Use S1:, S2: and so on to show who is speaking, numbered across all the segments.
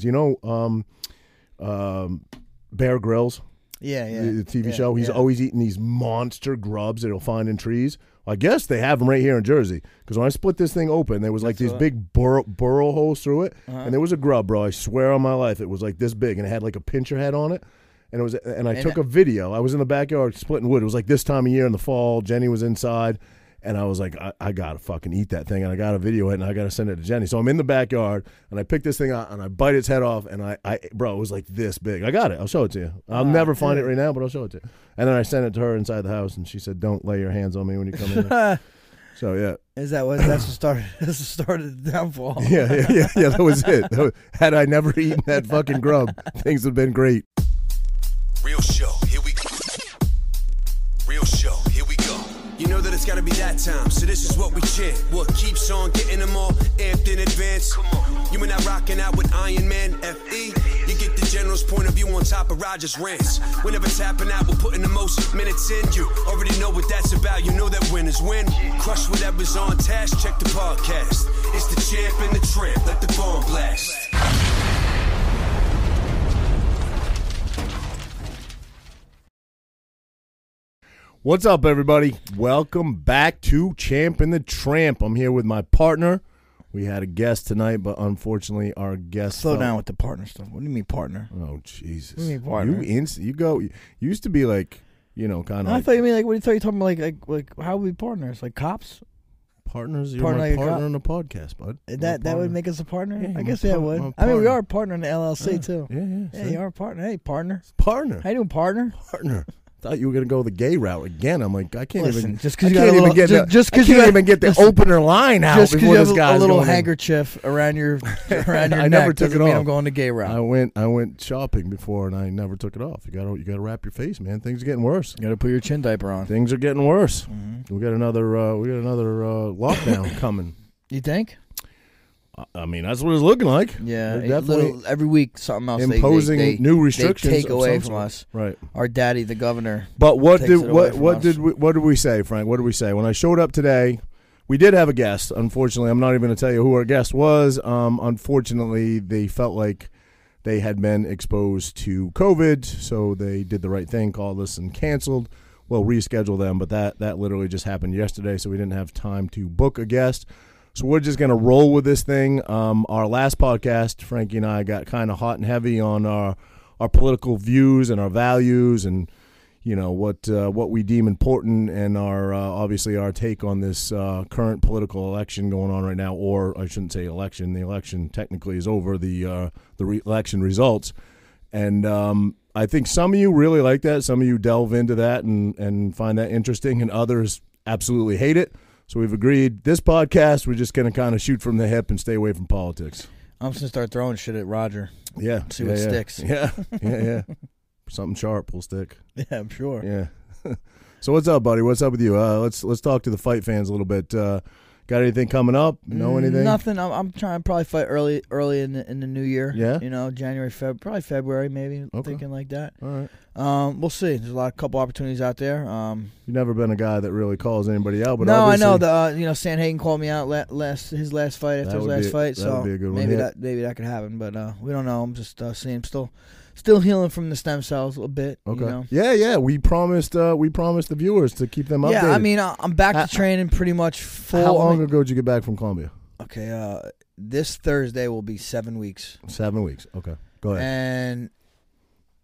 S1: You know, um, um, Bear Grylls,
S2: Yeah, yeah.
S1: the the TV
S2: yeah,
S1: show. He's
S2: yeah.
S1: always eating these monster grubs that he'll find in trees. I guess they have them right here in Jersey because when I split this thing open, there was like these big burrow, burrow holes through it,
S2: Uh-huh.
S1: and there was a grub, bro. I swear on my life, it was like this big, and it had like a pincher head on it. And it was, and I took a video. I was in the backyard splitting wood. It was like this time of year in the fall. Jenny was inside, and I was like, I, I gotta fucking eat that thing, and I gotta video it, and I gotta send it to Jenny. So I'm in the backyard, and I pick this thing out, and I bite its head off, and I, I bro, it was like this big. I got it. I'll show it to you. I'll never find it right now, but I'll show it to you. And then I sent it to her inside the house, and she said, "Don't lay your hands on me when you come in." here." so yeah,
S2: Is that what? That's the start. That's the start of the downfall.
S1: yeah, yeah, yeah, yeah. That was it. That was- had I never eaten that fucking grub, things would have been great.
S3: Real show, here we go. Real show, here we go. You know that it's gotta be that time, so this is what we chant. What keeps on getting them all amped in advance? Come on. You and I rocking out with Iron Man FE. You get the general's point of view on top of Rogers' rants. Whenever tapping out, we're putting the most minutes in. You already know what that's about, you know that winners win. Crush whatever's on task, check the podcast. It's the champ and the tramp, let the bomb blast.
S1: What's up, everybody? Welcome back to Champ and the Tramp. I'm here with my partner. We had a guest tonight, but unfortunately, our guest
S2: Slow
S1: fell-
S2: down with the partner stuff. What do you mean partner?
S1: Oh Jesus!
S2: do you mean, partner?
S1: You inst- you go. You used to be like, you know, kind of
S2: I
S1: like
S2: thought you mean like what do you thought you talking about like like like how we partners like cops?
S1: partners. You're
S2: partner
S1: my
S2: like a
S1: partner
S2: cop.
S1: on the podcast, bud.
S2: That
S1: My
S2: that would
S1: partner.
S2: make us a partner.
S1: Yeah,
S2: I
S1: I'm
S2: guess
S1: a
S2: yeah, it
S1: part-
S2: would.
S1: I'm a
S2: I mean we
S1: partner.
S2: are a partner in the LLC too.
S1: Yeah, yeah.
S2: Yeah,
S1: see?
S2: you are a partner. Hey, partner.
S1: partner.
S2: How you doing, partner?
S1: partner. Thought you were gonna go the gay route again. I'm like, I can't
S2: Listen,
S1: even.
S2: just 'cause
S1: I
S2: you got
S1: can't
S2: a
S1: even
S2: little-
S1: get
S2: ju-
S1: the,
S2: just
S1: I
S2: 'cause you
S1: can't
S2: got-
S1: even get the
S2: listen,
S1: opener line out
S2: Just
S1: before
S2: you
S1: this
S2: have a-
S1: guy's
S2: a little
S1: going in.
S2: handkerchief around your around your
S1: I
S2: neck
S1: never took
S2: doesn't
S1: it
S2: mean
S1: off.
S2: I'm going the gay route.
S1: I went I went shopping before and I never took it off. You gotta you gotta wrap your face, man. Things are getting worse.
S2: You got to put your chin diaper on.
S1: Things are getting worse.
S2: Mm-hmm.
S1: We got another uh, we got another uh, lockdown coming.
S2: You think?
S1: I- I mean, that's what it's looking like.
S2: Yeah,
S1: They're
S2: it-
S1: definitely
S2: little- every week something else they- they-
S1: imposing
S2: they-
S1: new restrictions.
S2: They take
S1: of
S2: away
S1: some
S2: from
S1: sort.
S2: us.
S1: right?
S2: Our daddy, the governor.
S1: But what
S2: takes
S1: did
S2: it away
S1: what
S2: from
S1: what
S2: us.
S1: did we, what did we say, Frank? What did we say when I showed up today? We did have a guest. Unfortunately, I'm not even going to tell you who our guest was. Um, unfortunately, they felt like they had been exposed to COVID, so they did the right thing, called us and canceled. Well, reschedule them, but that that literally just happened yesterday, so we didn't have time to book a guest. So we're just going to roll with this thing. Um, our last podcast, Frankie and I got kind of hot and heavy on our our political views and our values and you know what uh, what we deem important and our uh, obviously our take on this uh, current political election going on right now, or I shouldn't say election. The election technically is over. The uh, the re- election results, and um, I think some of you really like that. Some of you delve into that and and find that interesting, and others absolutely hate it. So we've agreed this podcast we're just going to kind of shoot from the hip and stay away from politics.
S2: I'm just gonna start throwing shit at Roger.
S1: Yeah,
S2: See
S1: yeah,
S2: what
S1: yeah.
S2: sticks.
S1: Yeah, yeah, yeah. Something sharp will stick.
S2: Yeah, I'm sure.
S1: Yeah. so what's up, buddy? What's up with you? Uh, let's let's talk to the fight fans a little bit. Uh, got anything coming up? Know anything?
S2: Mm, Nothing. I'm, I'm trying to probably fight early, early in the, in the new year.
S1: Yeah?
S2: you know, January, Feb, probably February, maybe
S1: Okay.
S2: thinking like that.
S1: All right.
S2: Um, we'll see. There's a lot, couple opportunities out there. Um,
S1: You've never been a guy that really calls anybody out, but
S2: no, I know
S1: obviously-
S2: the uh, you know Sanhagen called me out la- last his last fight
S1: That
S2: after his
S1: would be-
S2: last fight,
S1: that
S2: so
S1: would be a good one,
S2: maybe
S1: yeah.
S2: that maybe that could happen, but uh, we don't know. I'm just uh, seeing him still, still healing from the stem cells a little bit.
S1: Okay.
S2: You know?
S1: Yeah, yeah. We promised uh, we promised the viewers to keep them updated.
S2: Yeah, I mean, I- I'm back
S1: Uh,
S2: to training pretty much full.
S1: how long
S2: I mean-
S1: ago did you get back from Columbia?
S2: Okay, uh, this Thursday will be seven weeks,
S1: Seven weeks. Okay. Go ahead.
S2: and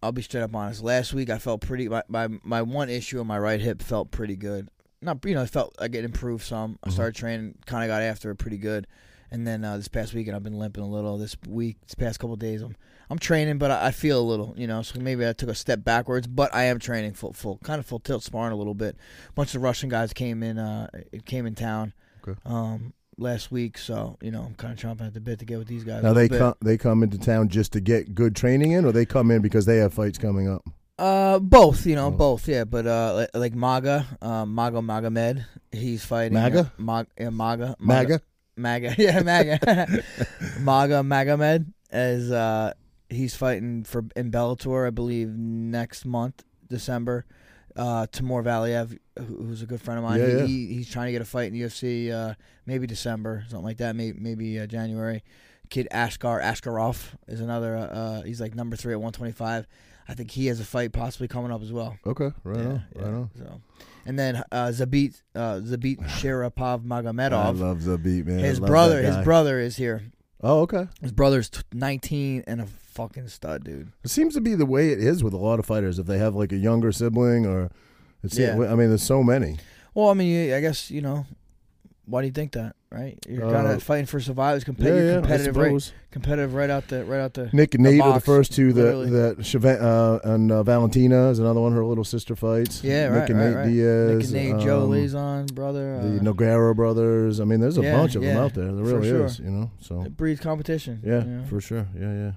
S2: I'll be straight up honest. Last week, I felt pretty. My my, my one issue on my right hip felt pretty good. Not you know, I felt I get improved some.
S1: Mm-hmm.
S2: I started training, kind of got after it pretty good, and then uh, this past weekend I've been limping a little. This week, this past couple days, I'm I'm training, but I, I feel a little, you know. So maybe I took a step backwards, but I am training full full, kind of full tilt sparring a little bit. bunch of Russian guys came in, uh, came in town um, last week, so you know I'm kind of chomping at the bit to get with these guys. a
S1: now they
S2: little
S1: come they come into town just to get good training in, or they come in because they have fights coming up.
S2: bit. uh, both, you know, both, yeah. But uh, like, like Maga, uh, Mago Magomed, he's fighting
S1: Maga?
S2: uh, Mag, yeah, Maga,
S1: MAGA.
S2: Maga, yeah, Maga, Maga Magomed as uh, he's fighting for in Bellator, I believe, next month, December. Uh, Timur Valiev, who- who's a good friend of mine,
S1: Yeah,
S2: he,
S1: yeah.
S2: He, he's trying to get a fight in the UFC, uh, maybe December, something like that, maybe maybe uh, January. Kid Ashkar Askarov is another. Uh, uh, he's like number three at 125. I think he has a fight possibly coming up as well.
S1: Okay, right on, right on.
S2: So, and then uh, Zabit uh, Zabit Sharapov
S1: I
S2: Magomedov.
S1: love the beat, man. I
S2: his
S1: love
S2: brother,
S1: that
S2: his
S1: guy.
S2: brother is here.
S1: Oh, okay.
S2: His brother's t- 19 and a fucking stud, dude.
S1: It seems to be the way it is with a lot of fighters. If they have like a younger sibling, or it's
S2: Yeah.
S1: I mean, there's so many.
S2: Well, I mean, you- I guess you know. Why do you think that? Right, you're
S1: Uh,
S2: kind of fighting for survivors. Compet-
S1: yeah,
S2: you're
S1: yeah. I
S2: competitive, right?
S1: suppose.
S2: Competitive, right out the, right out the.
S1: Nick and Nate are the
S2: box,
S1: first two that
S2: literally.
S1: that Chevan- uh, and uh, Valentina is another one. Her little sister fights.
S2: Yeah,
S1: Nick
S2: right,
S1: and
S2: right,
S1: Nate
S2: right.
S1: Diaz,
S2: Nick and Nate, Joe
S1: um,
S2: Liaison, brother.
S1: the
S2: Uh,
S1: Noguera brothers. I mean, there's a
S2: Yeah,
S1: bunch of them
S2: yeah,
S1: out there. There
S2: for
S1: really
S2: sure.
S1: is, you know. So
S2: it breeds competition.
S1: yeah,
S2: you know?
S1: for sure. Yeah, yeah.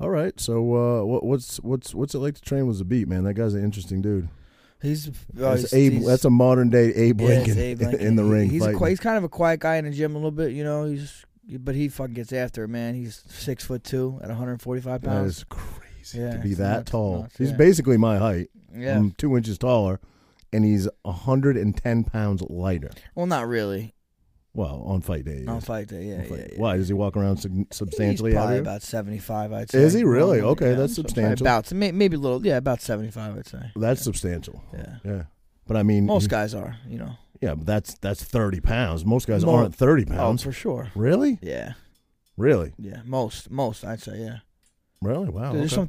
S1: All right. So uh, what, what's what's what's it like to train with Zabit, man? That guy's an interesting dude.
S2: he's, oh,
S1: That's
S2: he's-
S1: Abe.
S2: he's-
S1: That's a modern day Abe
S2: yeah, it's
S1: Lincoln,
S2: Abe
S1: in
S2: Lincoln.
S1: the
S2: He-
S1: ring.
S2: He's a
S1: fighting.
S2: qui- he's kind of a quiet guy in the gym a little bit, you know. He's but he fucking gets after it, man. He's six foot two at 145
S1: That
S2: pounds.
S1: is crazy
S2: Yeah,
S1: to be
S2: it's
S1: that
S2: nuts,
S1: tall.
S2: nuts,
S1: he's
S2: yeah.
S1: basically my height.
S2: yeah.
S1: I'm two inches taller, and he's 110 pounds lighter.
S2: well, not really.
S1: Well, on fight day. he
S2: On
S1: is.
S2: fight day, yeah,
S1: On fight-
S2: yeah, yeah.
S1: Why does he walk around sub- substantially
S2: He's
S1: heavier?
S2: probably about 75, I'd say.
S1: Is he really?
S2: Normally,
S1: Okay,
S2: yeah,
S1: that's
S2: so probably
S1: substantial.
S2: About may- maybe a little, yeah, about 75, I'd say.
S1: that's substantial.
S2: Yeah,
S1: Yeah, but I mean,
S2: most guys are, you know.
S1: yeah, but that's that's 30 pounds. Most guys
S2: Mo-
S1: aren't 30
S2: Oh,
S1: pounds.
S2: for sure.
S1: Really?
S2: Yeah,
S1: Really?
S2: yeah, most, most, I'd say, yeah.
S1: Really? Wow.
S2: Dude, There's
S1: Oh, okay.
S2: some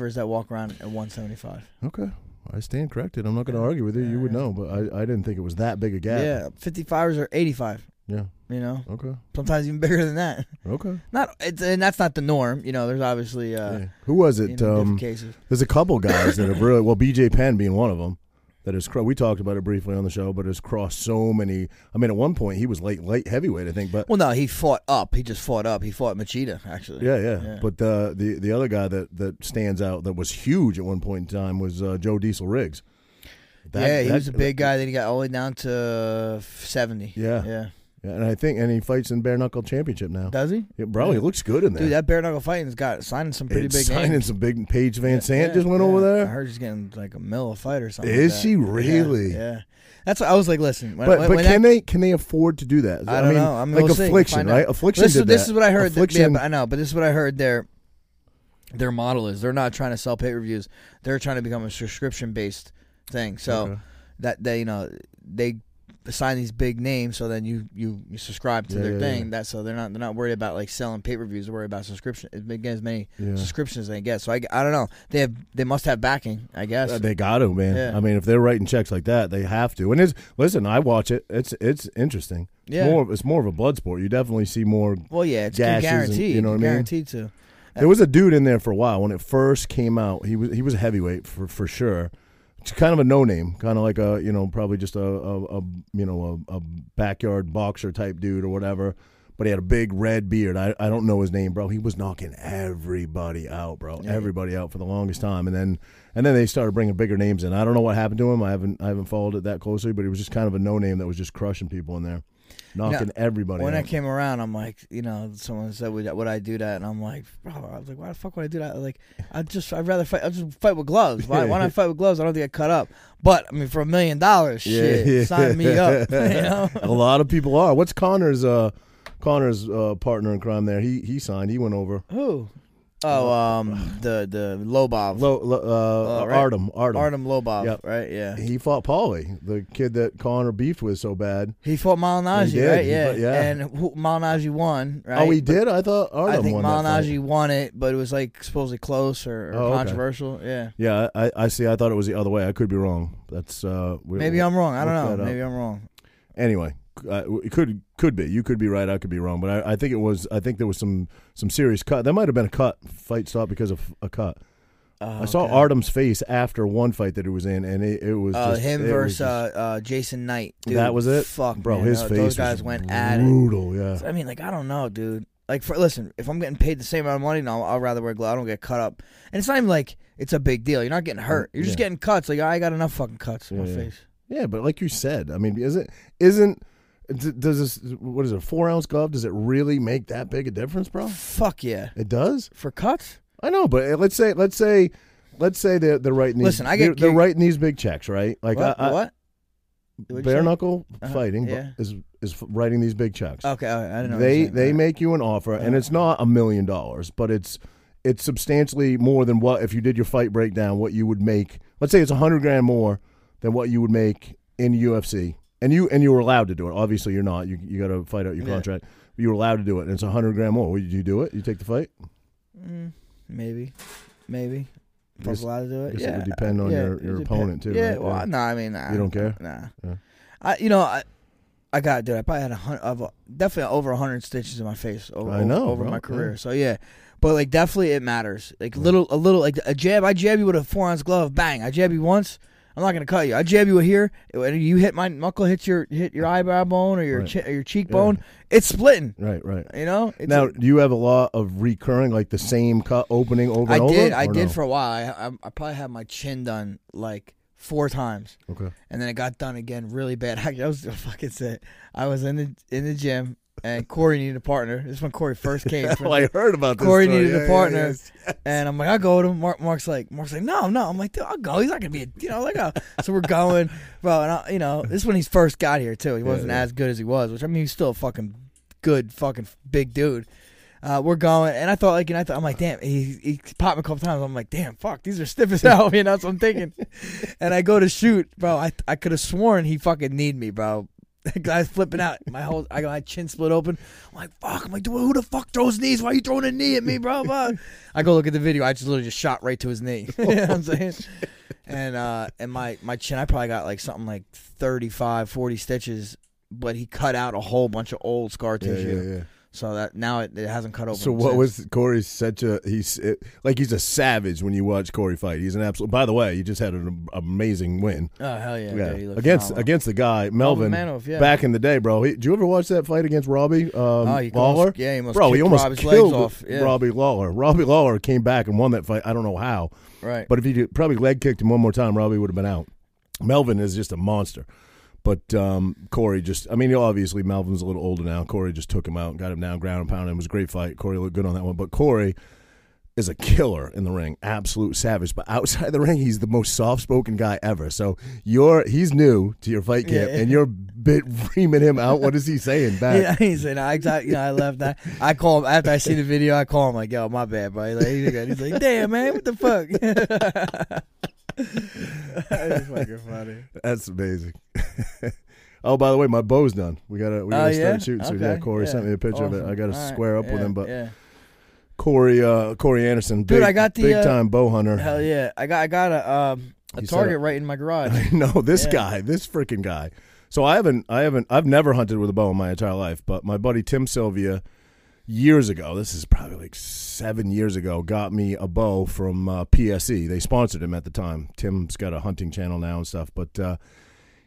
S2: 35ers that walk around at 175.
S1: Okay. I stand corrected. I'm not going to
S2: Yeah.
S1: argue with you. You
S2: Yeah,
S1: would
S2: yeah.
S1: know, but I, I didn't think it was that big a gap.
S2: Yeah, 55ers are 85.
S1: Yeah.
S2: You know,
S1: Okay.
S2: sometimes even bigger than that.
S1: Okay.
S2: Not, it's, and that's not the norm. You know, there's obviously uh,
S1: Yeah. Who was
S2: you
S1: it?
S2: know,
S1: um,
S2: different cases.
S1: There's a couple guys that have really well, BJ Penn being one of them. That is, we talked about it briefly on the show, but has crossed so many. I mean, at one point he was late, late heavyweight, I think, but
S2: Well, no, he fought up. He just fought up. He fought Machida actually.
S1: yeah, yeah.
S2: Yeah.
S1: But uh, the the other guy that that stands out that was huge at one point in time was uh, Joe Diesel Riggs. That-
S2: yeah, he
S1: that-
S2: was a big guy. Then he got all the way down to 70.
S1: Yeah.
S2: yeah.
S1: Yeah, and I think and he fights in bare knuckle championship now.
S2: Does he?
S1: yeah, bro, he looks good in there.
S2: Dude, that bare knuckle fighting's got signing some pretty
S1: It's
S2: big
S1: signing
S2: names.
S1: some big Paige Van Sant
S2: Yeah,
S1: just went
S2: yeah.
S1: over
S2: I
S1: there.
S2: heard she's getting like a mill a fight or something.
S1: Is
S2: like that.
S1: she really?
S2: Yeah. yeah. That's what I was like. Listen, when,
S1: But
S2: when,
S1: but
S2: when
S1: can
S2: that,
S1: they can they afford to do that?
S2: I don't
S1: mean,
S2: know. I mean,
S1: like
S2: we'll see. We'll
S1: affliction,
S2: find out.
S1: right? Affliction.
S2: this,
S1: did
S2: this
S1: that.
S2: is what I heard. That, yeah,
S1: Affliction.
S2: but I know, but this is what I heard. Their their model is they're not trying to sell pay per views. They're trying to become a subscription based thing. So
S1: Okay.
S2: that they you know they assign these big names. So then you you, you subscribe to
S1: Yeah,
S2: their
S1: yeah,
S2: thing.
S1: yeah.
S2: That so they're not they're not worried about like selling pay per views. They're worried about subscription. They get as many
S1: Yeah.
S2: subscriptions as they get. So I, I don't know. They have they must have backing. I guess.
S1: Uh, They got to, man.
S2: Yeah.
S1: I mean, if they're writing checks like that, they have to. And it's listen, I watch it. It's it's interesting. It's
S2: Yeah.
S1: more it's more of a blood sport. You definitely see more.
S2: well, yeah, it's
S1: gashes and-
S2: guaranteed.
S1: you know what I mean?
S2: Guaranteed to.
S1: There was a dude in there for a while when it first came out. He was he was a heavyweight for for sure. It's kind of a no name, kind of like a you know probably just a, a, a you know a, a backyard boxer type dude or whatever. But he had a big red beard. I, I don't know his name, bro. He was knocking everybody out, bro. Everybody out for the longest time, and then and then they started bringing bigger names in. I don't know what happened to him. I haven't I haven't followed it that closely, but he was just kind of a no name that was just crushing people in there, knocking everybody.
S2: When I
S1: out.
S2: came around, I'm like, you know, someone said, "Would, would I do that?" And I'm like, "Bro, I was like, why the fuck would I do that? Like, I just, I'd rather fight. I just fight with gloves. Why, why not fight with gloves? I don't think I cut up. But I mean, for a million dollars, shit, sign me up. you know?
S1: a lot of people are. What's Connor's uh Connor's uh, partner in crime there? He he signed. He went over.
S2: Who? Oh, um, the the Lobov,
S1: Lo, lo, uh,
S2: Oh, right.
S1: Artem, Artem.
S2: Artem Lobov,
S1: Yep.
S2: right? Yeah,
S1: He fought Paulie, the kid that Connor beefed with so bad.
S2: he fought
S1: He
S2: Malinaji,
S1: did.
S2: right?
S1: He
S2: Yeah,
S1: fought- yeah.
S2: and who, Malinaji won, right?
S1: Oh, he
S2: But
S1: did. I thought Artem
S2: I think
S1: won that fight.
S2: Malinaji won it, but it was like supposedly close or, or
S1: Oh, okay.
S2: controversial. Yeah,
S1: Yeah, I, I see. I thought it was the other way. I could be wrong. That's uh, we-
S2: maybe I'm wrong. I
S1: Look
S2: don't
S1: that
S2: know.
S1: up.
S2: Maybe I'm wrong.
S1: anyway. Uh, it could could be. You could be right. I could be wrong. But I, I think it was. I think there was some some serious cut. That might have been a cut fight stop because of a cut. I saw
S2: Oh, okay.
S1: Artem's face after one fight that he was in, and it, it was
S2: Uh,
S1: just,
S2: him
S1: it was
S2: versus
S1: just-
S2: uh, uh, Jason Knight. Dude,
S1: that was it.
S2: Fuck,
S1: bro,
S2: man,
S1: his
S2: tho-
S1: face.
S2: Those guys
S1: was
S2: went
S1: brutal,
S2: at it.
S1: Yeah,
S2: So, I mean, like I don't know, dude. Like for listen, if I'm getting paid the same amount of money, no, I'll rather wear gloves. I don't get cut up, and it's not even like it's a big deal. You're not getting hurt. You're just
S1: yeah.
S2: getting cuts. Like I got enough fucking cuts on my
S1: Yeah, yeah.
S2: face.
S1: yeah. But like you said, I mean, is it isn't d- does this what is it a four ounce glove? Does it really make that big a difference, bro?
S2: Fuck yeah,
S1: It does.
S2: for cuts.
S1: I know, but uh, let's say let's say let's say they're they're writing. These,
S2: Listen, I
S1: they're,
S2: get-
S1: they're writing these big checks, right? Like
S2: what?
S1: I, I,
S2: what? What'd you
S1: bare
S2: say?
S1: knuckle
S2: Uh-huh,
S1: fighting
S2: yeah.
S1: is is f- writing these big checks.
S2: Okay, all right, I don't know. what
S1: they
S2: you're saying.
S1: they make you an offer, and it's not a million dollars, but it's it's substantially more than what if you did your fight breakdown, what you would make. Let's say it's a hundred grand more than what you would make in UFC, and you and you were allowed to do it. Obviously, you're not. You you got to fight out your
S2: Yeah.
S1: contract. You were allowed to do it, and it's a hundred grand more. Would you do it? You take the fight?
S2: Mm, maybe, maybe. If I
S1: Guess-
S2: was allowed to do it,
S1: guess it
S2: yeah.
S1: would depend on your-
S2: it
S1: your
S2: would
S1: opponent, too,
S2: Yeah,
S1: right?
S2: well,
S1: Yeah.
S2: no, I mean, nah,
S1: You don't care?
S2: Nah,
S1: Yeah.
S2: I, you know, I, I got to do it. I probably had a hundred, I've, uh, definitely over a hundred stitches in my face over,
S1: I know,
S2: over
S1: bro,
S2: my career.
S1: yeah.
S2: So yeah, but like definitely it matters. Like
S1: Yeah.
S2: little, a little, like a jab. I jab you with a four ounce glove. Bang! I jab you once. I'm not gonna cut you. I jab you here, and you hit my knuckle, hits your hit your eyebrow bone or your
S1: Right.
S2: chi- or your cheekbone. It's splitting.
S1: Right, right.
S2: You know. It's
S1: now, do you have a lot of recurring, like the same cut opening over
S2: I
S1: and over?
S2: did. I
S1: or
S2: did
S1: no?
S2: for a while. I, I I probably had my chin done like four times,
S1: okay.
S2: and then it got done again really bad. I, was fucking sick. I was in the in the gym, and Corey needed a partner. This is when Corey first came.
S1: Well, I heard about this.
S2: Corey
S1: story.
S2: needed
S1: Yeah,
S2: a
S1: yeah,
S2: partner,
S1: yeah.
S2: and I'm like, I'll go to him. Mark, Mark's like, Mark's like, no, no. I'm like, dude, I'll go. He's not gonna be, a, you know, like, a, so we're going, bro. And I, you know, this is when he first got here too. He
S1: Yeah,
S2: wasn't
S1: yeah.
S2: as good as he was, which I mean, he's still a fucking good, fucking big dude. Uh, we're going, and I thought, like, and I thought, I'm like, damn, he, he popped me a couple times. I'm like, damn, fuck, these are stiff as hell. You know, that's what I'm thinking. and I go to shoot, bro. I I could have sworn he fucking need me, bro. Guys flipping out. My whole I got my chin split open. I'm like, fuck. I'm like, dude, who the fuck throws knees? Why you throwing a knee at me, bro? Blah. I go look at the video. I just literally just shot right to his knee. you know what
S1: Oh,
S2: I'm saying? And uh, and my my chin, I probably got like something like 35, 40 stitches, but he cut out a whole bunch of old scar
S1: Yeah,
S2: tissue.
S1: yeah, yeah.
S2: So that now it, it hasn't cut open.
S1: So what
S2: since.
S1: was Corey's such a he's it, like he's a savage when you watch Corey fight. He's an absolute. By the way, he just had an amazing win.
S2: Oh hell yeah! dude, he looked
S1: against
S2: phenomenal.
S1: against the guy Melvin,
S2: Manov, yeah.
S1: back in the day, bro. He, did you ever watch that fight against Robbie um,
S2: Oh, he
S1: Lawler?
S2: almost- yeah, he almost
S1: bro, he
S2: kicked
S1: almost
S2: Robbie's
S1: killed
S2: legs off. Yeah.
S1: Robbie Lawler. Robbie Lawler came back and won that fight. I don't know how,
S2: right.
S1: but if he did, probably leg kicked him one more time, Robbie would have been out. Melvin is just a monster. But um, Corey just, I mean, obviously Melvin's a little older now. Corey just took him out, got him down, ground and pound. It was a great fight. Corey looked good on that one. But Corey is a killer in the ring, absolute savage. But outside the ring, he's the most soft spoken guy ever. So you're, he's new to your fight camp
S2: Yeah.
S1: and you're bit reaming him out. What is he saying back?
S2: Yeah, he's like, I, I, you know, I left that. I call him after I see the video. I call him like, "Yo, my bad, bro." He's like, he's like, he's like "Damn, man, what the fuck?" That's fucking funny.
S1: That's amazing. oh, by the way, my bow's done. We gotta we
S2: Oh,
S1: gotta start
S2: yeah?
S1: shooting soon.
S2: Okay,
S1: Yeah, Corey sent
S2: yeah.
S1: me a picture of it. I
S2: Awesome.
S1: gotta
S2: All right,
S1: square up with
S2: yeah,
S1: him, but
S2: yeah.
S1: Corey uh, Corey Anderson,
S2: Dude,
S1: big,
S2: I got the,
S1: big
S2: uh,
S1: time bow hunter.
S2: hell yeah, I got I got a um, a
S1: He said
S2: target right in my garage.
S1: I know this
S2: Yeah.
S1: guy, this freaking guy. So I haven't, I haven't, I've never hunted with a bow in my entire life. But my buddy Tim Sylvia, years ago, this is probably like seven years ago, got me a bow from uh, PSE. They sponsored him at the time. Tim's got a hunting channel now and stuff, but uh,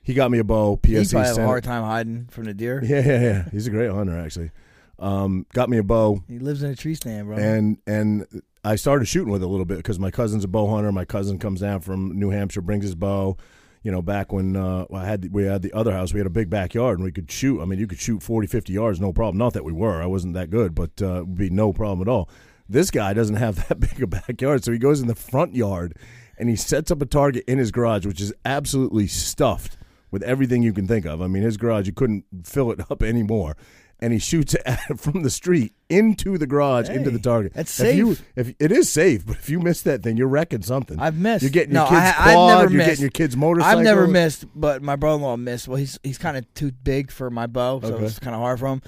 S1: he got me a bow. PSE
S2: He probably have
S1: sent
S2: a
S1: it-
S2: hard time hiding from the deer.
S1: Yeah, yeah, yeah. He's a great hunter, actually. Um, got me a bow,
S2: He lives in a tree stand, bro.
S1: and and I started shooting with it a little bit because my cousin's a bow hunter. My cousin comes down from New Hampshire, brings his bow. You know, back when uh, I had the, we had the other house, we had a big backyard and we could shoot. I mean, you could shoot 40, 50 yards, no problem. Not that we were, I wasn't that good, but uh, it would be no problem at all. This guy doesn't have that big a backyard, so he goes in the front yard and he sets up a target in his garage, which is absolutely stuffed with everything you can think of. I mean, his garage, you couldn't fill it up anymore. And he shoots it at- from the street into the garage, into the
S2: Hey,
S1: target.
S2: that's
S1: If you-
S2: safe.
S1: if it is safe, but if you miss that thing, you're wrecking something.
S2: I've missed.
S1: You're getting
S2: no,
S1: your kids'
S2: I,
S1: quad.
S2: I've never
S1: you're
S2: missed.
S1: getting your kids' motorcycle.
S2: I've never missed, but my brother-in-law missed. Well, he's he's kind of too big for my bow, so
S1: Okay.
S2: it's kind of hard for him.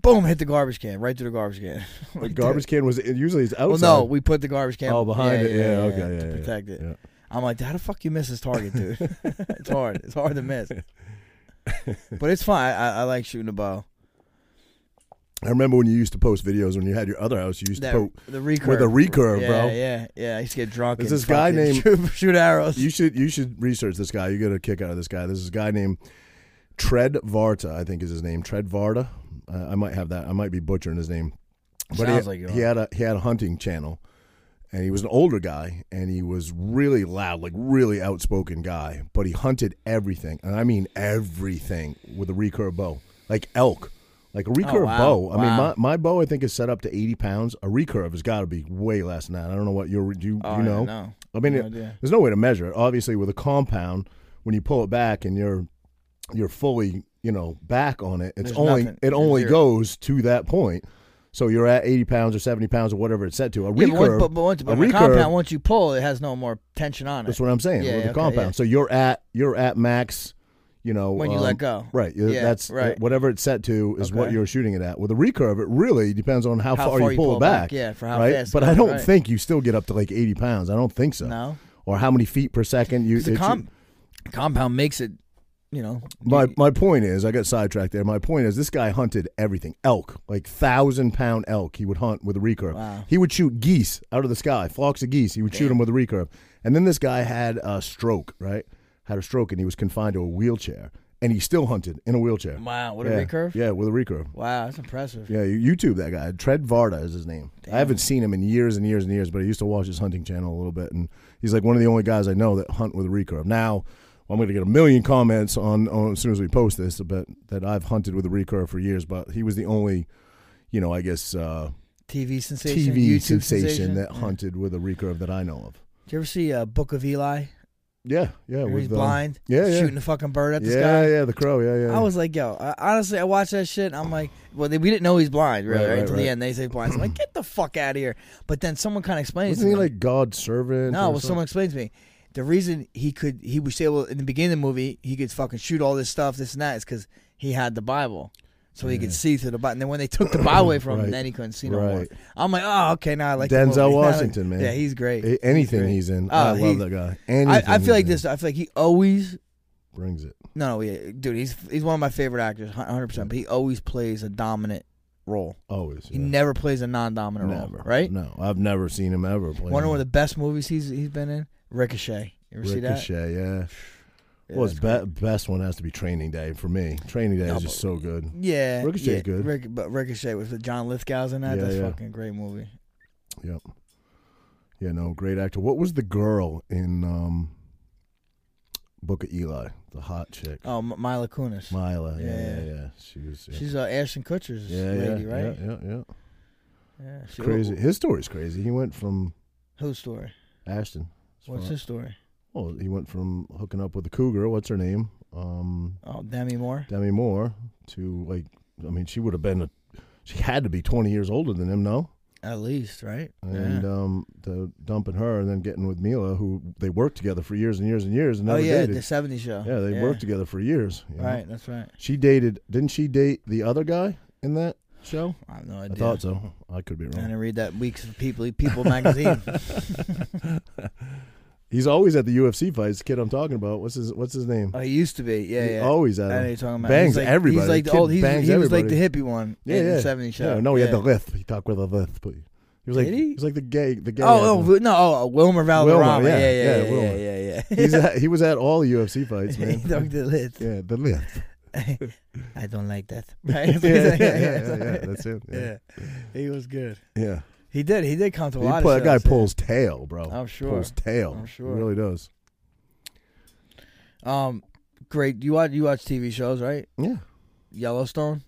S2: Boom! Hit the garbage can right through the garbage can.
S1: The garbage can was usually it's
S2: Well,
S1: outside.
S2: no, we put the garbage can.
S1: Oh, behind it. Yeah, okay, yeah,
S2: to
S1: yeah,
S2: protect it.
S1: yeah.
S2: I'm like, how the fuck you miss this target, dude? it's hard. It's hard to miss. but it's fine. I, I like shooting the bow.
S1: I remember when you used to post videos when you had your other house. You used
S2: That,
S1: to post.
S2: the recurve.
S1: with a recurve,
S2: yeah,
S1: bro.
S2: Yeah, yeah. I used to get drunk.
S1: There's
S2: and
S1: this guy
S2: fucking
S1: named-
S2: shoot, shoot arrows.
S1: You should you should research this guy. You get a kick out of this guy. This is a guy named Tred Varta, I think is his name. Tred Varta. I, I might have that. I might be butchering his name. But
S2: Sounds
S1: he,
S2: like you
S1: he
S2: are.
S1: had a he had a hunting channel, and he was an older guy, and he was really loud, like really outspoken guy. But he hunted everything, and I mean everything, with a recurve bow, like elk. Like a recurve
S2: Oh, wow.
S1: bow. I mean, my,
S2: Wow.
S1: my bow I think is set up to eighty pounds. A recurve has got to be way less than that. I don't know what your do you,
S2: Oh,
S1: do you
S2: yeah,
S1: know.
S2: no.
S1: I mean,
S2: No
S1: it-
S2: idea.
S1: there's no way to measure it. Obviously, with a compound, when you pull it back and you're you're fully you know back on it. It's
S2: There's
S1: only
S2: nothing.
S1: it
S2: There's
S1: only
S2: zero.
S1: goes to that point. So you're at 80 pounds or 70 pounds or whatever it's set to. A
S2: Yeah,
S1: recurve,
S2: but, once, but, but, once,
S1: a
S2: but on a
S1: recurve.
S2: compound, once you pull, it has no more tension on it.
S1: that's what I'm saying.
S2: Yeah,
S1: with
S2: yeah,
S1: the
S2: okay,
S1: compound.
S2: yeah.
S1: So you're at you're at max. You know
S2: When you
S1: um,
S2: let go.
S1: Right.
S2: Yeah,
S1: that's
S2: right.
S1: Whatever it's set to is what
S2: Okay.
S1: you're shooting it at. With a recurve, it really depends on how,
S2: How far
S1: you pull, it back.
S2: yeah, for how
S1: right?
S2: fast it
S1: But I
S2: goes,
S1: don't
S2: right.
S1: think you still get up to like 80 pounds. I don't think so.
S2: No.
S1: Or how many feet per second you.
S2: 'Cause The
S1: it's-
S2: com- compound makes it, you know.
S1: My
S2: you-
S1: my point is, I got sidetracked there. My point is, this guy hunted everything: elk, like thousand pound elk. He would hunt with a recurve.
S2: Wow.
S1: He would shoot geese out of the sky, flocks of geese. He would shoot them with a recurve. And then this guy had a stroke, right? Had a stroke, and he was confined to a wheelchair, and he still hunted in a wheelchair.
S2: wow, what a
S1: yeah.
S2: recurve.
S1: Yeah, with a recurve.
S2: Wow, that's impressive.
S1: Yeah, you- YouTube that guy. Tread Varda is his name. I haven't seen him in years and years and years, but I used to watch his hunting channel a little bit, and he's like one of the only guys I know that hunt with a recurve. Now, I'm going to get a million comments on, on as soon as we post this, but that I've hunted with a recurve for years, but he was the only, you know, I guess uh,
S2: TV sensation.
S1: TV
S2: YouTube
S1: sensation, that
S2: Yeah.
S1: hunted with a recurve that I know of.
S2: Did you ever see uh, Book of Eli?
S1: Yeah, yeah,
S2: Where
S1: with,
S2: he's
S1: uh,
S2: blind.
S1: yeah, yeah.
S2: Shooting a fucking bird at the
S1: yeah,
S2: sky.
S1: yeah, the crow, yeah, yeah.
S2: I was like, yo, I, honestly, I watched that shit. And I'm like, well, they, we didn't know he's blind, really,
S1: Right,
S2: right,
S1: right,
S2: until
S1: right.
S2: the end. They say he's blind. So I'm like, get the fuck out of here. But then someone kind of explains.
S1: wasn't
S2: to
S1: he
S2: me.
S1: like God's servant?
S2: No,
S1: or
S2: well, someone
S1: something?
S2: explained to me the reason he could he was able in the beginning of the movie he could fucking shoot all this stuff this and that is because he had the Bible, so he could see through the Bible. And then when they took the Bible away from him,
S1: Right.
S2: then he couldn't see no more.
S1: Right.
S2: I'm like, oh, okay, now I like the movie. Now I
S1: Denzel
S2: like-
S1: Washington, man.
S2: Yeah, he's great.
S1: A- anything
S2: great.
S1: he's in,
S2: Oh,
S1: I
S2: he-
S1: love that guy.
S2: I,
S1: Anything
S2: I feel
S1: he's
S2: like
S1: in
S2: this. I feel like he always.
S1: brings it.
S2: No, no, yeah, dude, he's he's one of my favorite actors, 100. percent But he always plays a dominant role.
S1: Always.
S2: He
S1: yeah.
S2: never plays a non-dominant
S1: Never.
S2: role, right?
S1: No, I've never seen him ever play.
S2: One of the best movies he's he's been in, Ricochet. You ever see that?
S1: Ricochet, yeah.
S2: Yeah,
S1: well, his
S2: that's
S1: be- best one has to be Training Day for me. Training Day
S2: No,
S1: is just so good.
S2: Yeah,
S1: Ricochet's
S2: yeah,
S1: good.
S2: Ric- but Ricochet was the John Lithgow's in that.
S1: Yeah,
S2: That's
S1: yeah.
S2: fucking great movie.
S1: Yep. Yeah, no, great actor. What was the girl in um, Book of Eli? The hot chick,
S2: Oh, M- Mila Kunis.
S1: Mila. Yeah, yeah,
S2: yeah.
S1: yeah. She was. Yeah.
S2: She's uh, Ashton Kutcher's
S1: yeah,
S2: lady,
S1: yeah,
S2: right?
S1: Yeah, yeah, yeah.
S2: Yeah. She-
S1: Crazy. His story's crazy. He went from
S2: Whose story?
S1: Ashton.
S2: What's his story?
S1: Well, he went from hooking up with a cougar. What's her name? Um,
S2: Oh, Demi Moore.
S1: Demi Moore to like I mean she would have been a, she had to be 20 years older than him no
S2: At least, right?
S1: and
S2: yeah. Oh,
S1: um to dumping her and then getting with Mila who they worked together for years and years and years and
S2: oh
S1: never
S2: yeah,
S1: dated
S2: the '70s show.
S1: yeah they worked together for years you know?
S2: Right, that's right.
S1: she dated didn't she date the other guy in that show
S2: I have no
S1: I,
S2: idea.
S1: thought so I could be
S2: I
S1: wrong
S2: didn't read that Weeks of People People magazine.
S1: he's always at the UFC fights the kid I'm talking about what's his what's his name
S2: oh, he used to be. Yeah,
S1: He
S2: yeah.
S1: always
S2: I
S1: at
S2: know
S1: him.
S2: who you're talking about.
S1: Bangs
S2: he's like,
S1: everybody.
S2: He's like
S1: The
S2: the
S1: kid
S2: old. He's,
S1: bangs
S2: he was like the
S1: everybody.
S2: hippie one.
S1: yeah
S2: in
S1: yeah
S2: The '70s show.
S1: yeah, no he
S2: yeah.
S1: had the lisp he talked with a lisp he was like
S2: Did he?
S1: he was like the gay the gay
S2: Oh,
S1: actor.
S2: oh no, oh, Wilmer Valderrama.
S1: Wilmer, yeah,
S2: yeah,
S1: yeah,
S2: yeah, yeah,
S1: Wilmer.
S2: yeah, yeah, yeah.
S1: He's at, he was at all the UFC fights,
S2: He
S1: man.
S2: don't do this.
S1: yeah, the lift.
S2: I don't like that. Right?
S1: yeah, yeah, yeah, yeah, that's him. Yeah,
S2: Yeah. he was good.
S1: yeah.
S2: He did. He did come to a lot
S1: He pull-
S2: of
S1: that guy
S2: shows, yeah.
S1: pulls tail, bro.
S2: I'm sure.
S1: Pulls tail.
S2: I'm
S1: He
S2: sure.
S1: really does.
S2: Um, great. You watch you watch TV shows, right?
S1: Yeah.
S2: Yellowstone.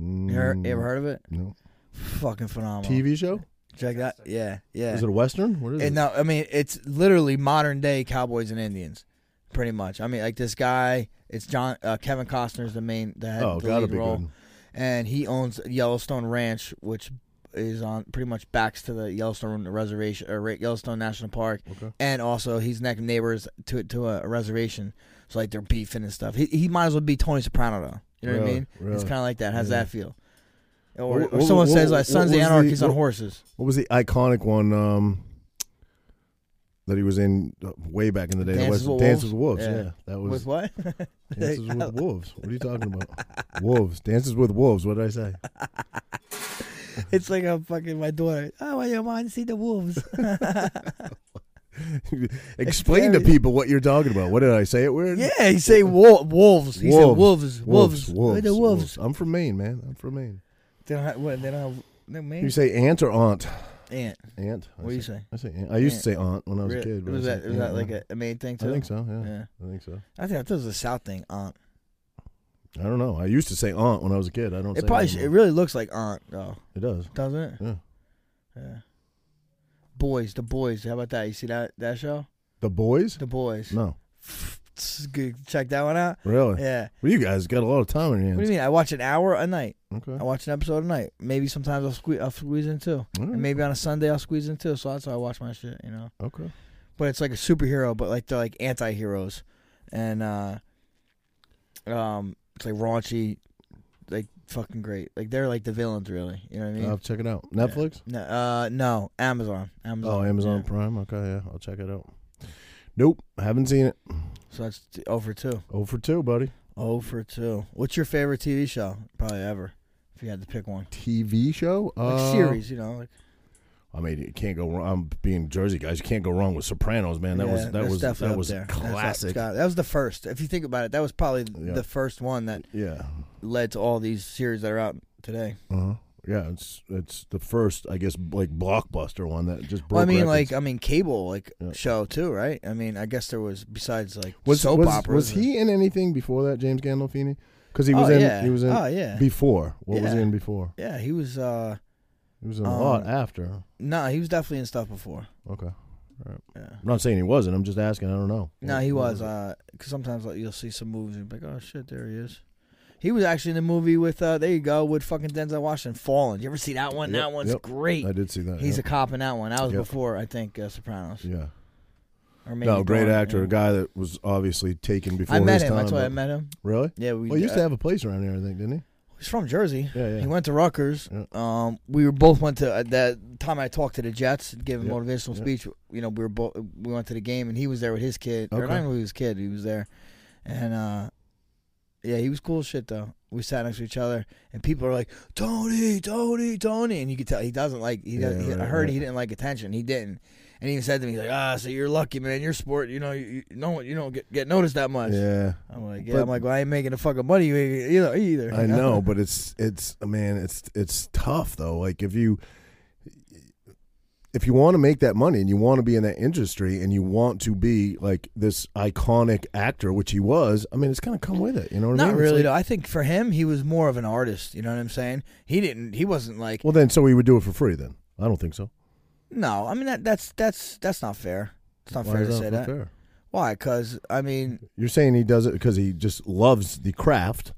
S2: You, heard, you ever heard of it?
S1: Mm. No.
S2: Fucking phenomenal.
S1: TV show?
S2: Check that. Yeah, yeah.
S1: Is it a western? What is
S2: And
S1: it?
S2: no, I mean it's literally modern day cowboys and Indians, pretty much. I mean, like this guy, it's John uh, Kevin Costner's the main the head
S1: oh,
S2: the
S1: gotta
S2: lead
S1: be
S2: role,
S1: good.
S2: and he owns Yellowstone Ranch, which is on pretty much backs to the Yellowstone Reservation or Ra- Yellowstone National Park,
S1: Okay.
S2: and also he's next neighbors to to a reservation, so like they're beefing and stuff. He he might as well be Tony Soprano though. You know what
S1: Really?
S2: I mean? It's
S1: Really?
S2: kind of like that. How's
S1: Yeah.
S2: that feel? Or,
S1: What-
S2: or
S1: what-
S2: someone
S1: what-
S2: says like
S1: what
S2: Sons of
S1: was the-
S2: Anarchy's on
S1: what-
S2: horses.
S1: What was the iconic one um, that he was in uh, way back in the day? The
S2: Dances
S1: West-
S2: with
S1: Dances
S2: Wolves?
S1: with Wolves. Yeah.
S2: Yeah.
S1: that
S2: With
S1: was
S2: what?
S1: Dances with Wolves. What are you talking about? wolves. Dances with Wolves. What did I say?
S2: It's like a fucking my daughter. Oh, well, your mom see the wolves.
S1: Explain to
S2: very-
S1: people what you're talking about. What did I say it weird?
S2: yeah, he say wo- wolves. He said wolves, wolves,
S1: wolves,
S2: the wolves.
S1: I'm from Maine, man. I'm from Maine.
S2: They don't have what? They don't have no man.
S1: You say aunt or aunt?
S2: Aunt.
S1: Aunt. I
S2: What do you
S1: say-
S2: say?
S1: I say aunt. I used to say
S2: Aunt.
S1: aunt when I was a
S2: Really?
S1: kid. but
S2: was
S1: I say
S2: that was
S1: aunt
S2: that like
S1: now.
S2: a, a main thing too?
S1: I think so. Yeah.
S2: Yeah.
S1: I think so.
S2: I think I thought it was a South thing. Aunt.
S1: I don't know. I used to say aunt when I was a kid. I don't.
S2: It
S1: say
S2: probably
S1: it,
S2: sh- it
S1: anymore.
S2: really looks like aunt though,
S1: it does.
S2: doesn't it?
S1: Yeah.
S2: Yeah. Boys, the boys. How about that? You see that that show?
S1: The boys?
S2: The boys.
S1: No.
S2: It's good. Check that one out.
S1: Really?
S2: Yeah.
S1: Well, you guys got a lot of time on your
S2: What do
S1: hands.
S2: you mean? I watch an hour a night. I
S1: Okay.
S2: watch an episode a night. Maybe sometimes I'll squeeze, I'll squeeze in two,
S1: Alright.
S2: and maybe on a Sunday I'll squeeze in two. So that's how I watch my shit, you know.
S1: Okay.
S2: But it's like a superhero, but like they're like anti-heroes, and uh, um, it's like raunchy, like fucking great. Like they're like the villains, really. You know what I mean?
S1: I'll check it out. Netflix?
S2: No, uh, no, Amazon, Amazon.
S1: Oh, Amazon
S2: Yeah.
S1: Prime. Okay, yeah, I'll check it out. Nope, haven't seen it.
S2: So that's t- oh for two.
S1: Oh for two, buddy.
S2: Oh for two. What's your favorite TV show? Probably ever, if you had to pick one.
S1: TV show?
S2: Like
S1: Uh,
S2: series, you know, like
S1: I mean, you can't go wrong. I'm being Jersey guys. You can't go wrong with Sopranos, man. That
S2: Yeah,
S1: was that
S2: that's
S1: was
S2: definitely
S1: that
S2: up
S1: was
S2: there. That's up-
S1: classic.
S2: Scott, that was the first. If you think about it, that was probably
S1: Yeah.
S2: the first one that
S1: yeah.
S2: led to all these series that are out today.
S1: Uh-huh. Yeah, it's it's the first, I guess, like blockbuster one that just broke.
S2: Well, I mean,
S1: records.
S2: like I mean, cable like
S1: Yeah.
S2: show too, right? I mean, I guess there was besides like
S1: was
S2: soap
S1: was,
S2: operas.
S1: was
S2: and-
S1: he in anything before that, James Gandolfini? Because he
S2: Oh,
S1: was in
S2: yeah.
S1: he was in
S2: Oh yeah.
S1: before. What was he
S2: Yeah.
S1: in before?
S2: yeah, he was. uh
S1: He was in a lot
S2: Um,
S1: after.
S2: No, he was definitely in stuff before.
S1: Okay, I'm
S2: Yeah.
S1: not saying he wasn't. I'm just asking. I don't know.
S2: No,
S1: What-
S2: he
S1: what
S2: was. uh,
S1: it?
S2: Because sometimes like you'll see some movies and be like, oh shit, there he is. He was actually in the movie with uh, there you go with fucking Denzel Washington, Fallen. You ever see that one?
S1: Yep,
S2: that one's
S1: yep.
S2: great.
S1: I did see that.
S2: He's
S1: yeah.
S2: a cop in that one. That was
S1: Yep.
S2: before I think uh, Sopranos.
S1: yeah.
S2: Or maybe
S1: No, great
S2: Dawn,
S1: actor,
S2: yeah.
S1: a guy that was obviously taken before.
S2: I met
S1: his
S2: him.
S1: Time,
S2: That's why I
S1: but-
S2: met him.
S1: Really?
S2: Yeah, we.
S1: Well, he used to
S2: uh,
S1: have a place around here, I think, didn't
S2: he's from Jersey.
S1: he? Yeah, yeah.
S2: He went to Rutgers.
S1: Yeah.
S2: Um, we were both went to uh, that time I talked to the Jets, gave him
S1: Yeah,
S2: motivational
S1: yeah.
S2: speech. You know, we were both we went to the game, and he was there with his kid. Or
S1: Okay.
S2: not even with his kid. He was there, and uh, yeah, he was cool as shit though. We sat next to each other, and people are like, "Tony, Tony, Tony," and you could tell he doesn't like. He, does,
S1: Yeah,
S2: he I
S1: right,
S2: heard
S1: right.
S2: he didn't like attention. He didn't, and he even said to me, he's "Like, ah, so you're lucky, man. Your sport, you know, you, you no one, you don't get, get noticed that much."
S1: yeah,
S2: I'm like, yeah,
S1: But-
S2: I'm like, well, I ain't making the fucking money e-, either. either
S1: I know, but it's it's man, it's it's tough though. Like if you if you want to make that money and you want to be in that industry and you want to be like this iconic actor, which he was, I mean, it's gonna come with it. You know what I
S2: Not
S1: mean? It's
S2: really.
S1: like-
S2: though. I think for him, he was more of an artist. You know what I'm saying? He didn't. He wasn't like.
S1: well, then, so he would do it for free. Then I don't think so.
S2: no, I mean that. That's that's that's not fair. It's not
S1: Why
S2: fair
S1: is
S2: to say that.
S1: fair?
S2: Why? Because I mean,
S1: You're saying he does it because he just loves the craft.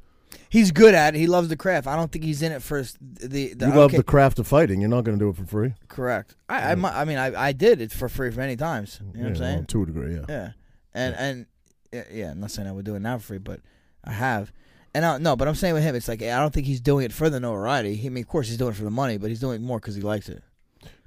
S2: he's good at it. He loves the craft. I don't think he's in it for s- the. the
S1: you love
S2: okay,
S1: the craft of fighting. You're not gonna do it for free.
S2: correct. I I, mi- I mean I I did it for free many times. You know what I'm
S1: Yeah, well,
S2: saying?
S1: to a degree, yeah.
S2: Yeah, and and yeah, yeah, I'm not saying I would do it now for free, but I have. And I, no, but I'm saying with him, it's like I don't think he's doing it for the notoriety. He, I mean, of course, he's doing it for the money, but he's doing it more because he likes it.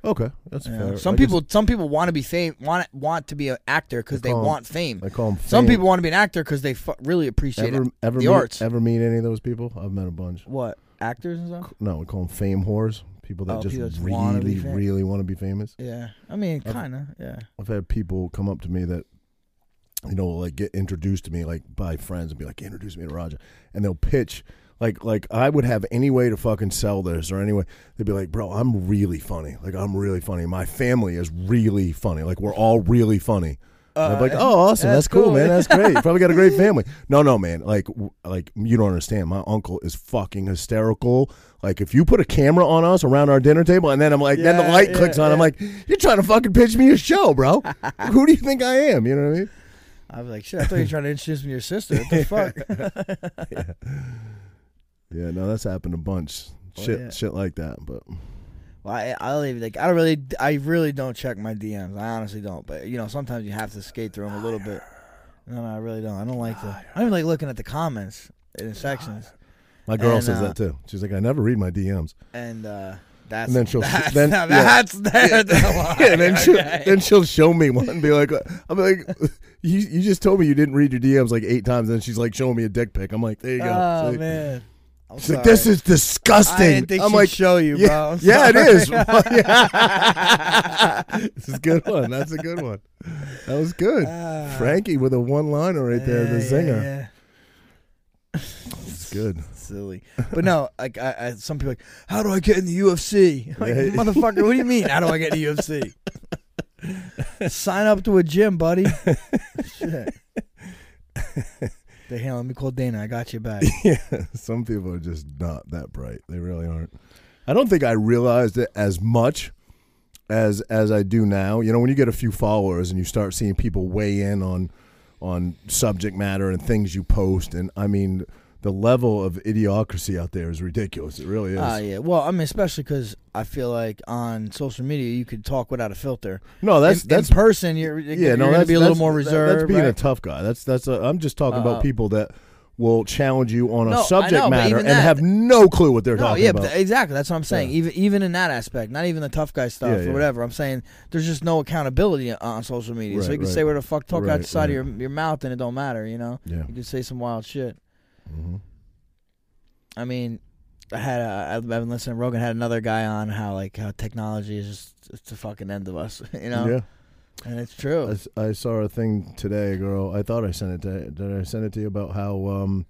S1: Okay, that's
S2: you know?
S1: fair.
S2: Some
S1: I guess
S2: people, some people want to be fame, want want to be an actor because
S1: They
S2: they
S1: call 'em
S2: want fame.
S1: I call him.
S2: Some
S1: fame.
S2: people want to be an actor because they fu- really appreciate
S1: ever
S2: it.
S1: ever
S2: the
S1: meet,
S2: arts.
S1: ever meet any of those people? I've met a bunch.
S2: What actors and stuff?
S1: No, we call them fame whores. People that
S2: Oh,
S1: just
S2: people that just wanna be
S1: really,
S2: fam-
S1: really want to be famous.
S2: Yeah, I mean,
S1: I've-
S2: kind of. Yeah,
S1: I've had people come up to me that, you know, like get introduced to me like by friends and be like, introduce me to Roger, and they'll pitch. Like, like I would have any way to fucking sell this or any way. They'd be like, bro, I'm really funny. Like, I'm really funny. My family is really funny. Like, we're all really funny. And I'm like, oh, awesome. That's,
S2: that's
S1: cool,
S2: cool.
S1: man. That's great. You Probably got a great family. No, no, man. Like, w- like you don't understand. My uncle is fucking hysterical. Like, if you put a camera on us around our dinner table, and then I'm like, then the
S2: Yeah,
S1: light
S2: yeah,
S1: clicks on. I'm
S2: yeah.
S1: like, you're trying to fucking pitch me a show, bro. Who do you think I am? You know what I mean?
S2: I was like, shit. I thought you were trying to introduce me to your sister. What the fuck?
S1: Yeah, no, that's happened a bunch.
S2: Oh,
S1: Shit,
S2: yeah.
S1: shit like that. But
S2: Well, I, I'll leave. Like, I don't really, I really don't check my DMs. I honestly don't. But you know, sometimes you have to skate through them a little bit. No, no, I really don't. I don't like the. I don't even like looking at the comments in the sections.
S1: my girl
S2: And,
S1: says
S2: uh,
S1: that too. She's like, I never read my DMs.
S2: And uh, that's
S1: And then she'll-
S2: that's,
S1: then- yeah.
S2: that's there.
S1: and then she'll, then she'll show me one and be like, I'm like, you, you just told me you didn't read your DMs like eight times. And then she's like showing me a dick pic. I'm like, there you go.
S2: oh
S1: See?
S2: man, I'm
S1: She's like,
S2: sorry.
S1: this is disgusting.
S2: I didn't think
S1: am
S2: she'd
S1: like,
S2: show you,
S1: yeah,
S2: bro. I'm
S1: yeah, it
S2: sorry.
S1: is. Oh, this is a good one. That's a good one. That was good.
S2: Ah.
S1: Frankie with a one liner right there, the
S2: Yeah,
S1: zinger.
S2: yeah, yeah.
S1: It's good.
S2: silly. But no, like I, I, some people, are like, how do I get in the UFC? Like,
S1: Yeah.
S2: motherfucker, what do you mean? How do I get in the UFC? Sign up to a gym, buddy. Shit. They, hey, let me call Dana. I got you back.
S1: yeah, some people are just not that bright. They really aren't. I don't think I realized it as much as as I do now. You know, when you get a few followers and you start seeing people weigh in on on subject matter and things you post. And I mean, the level of idiocracy out there is ridiculous. It really is.
S2: Ah, yeah. Well, I mean, especially because I feel like on social media you could talk without a filter.
S1: no, that's
S2: in,
S1: that's
S2: in person. You're yeah.
S1: yeah.
S2: You're
S1: No,
S2: gonna
S1: that's
S2: be a little
S1: that's-
S2: more
S1: that-
S2: reserved.
S1: That's being a
S2: right?
S1: tough guy. That's that's. A, I'm just talking
S2: Uh,
S1: about people that will challenge you on a
S2: No, I
S1: subject
S2: know, but
S1: matter
S2: even
S1: and
S2: that-
S1: have no clue what they're
S2: No,
S1: talking
S2: yeah,
S1: about.
S2: but th- exactly. That's what I'm saying.
S1: Yeah.
S2: Even even in that aspect, not even the tough guy stuff
S1: Yeah,
S2: or
S1: yeah.
S2: whatever. I'm saying there's just no accountability on- on social media, so
S1: Right,
S2: you can
S1: right.
S2: say where the fuck talk
S1: Right,
S2: outside
S1: right.
S2: of your your mouth and it don't matter. You know,
S1: yeah.
S2: you can say some wild shit.
S1: Mhm.
S2: I mean, I had a, I've been listening. to Rogan had another guy on how like how technology is just it's the fucking end of us. You know,
S1: Yeah.
S2: and it's true.
S1: I s- I, saw a thing today, girl. I thought I sent it to. Did I send it to you about how um,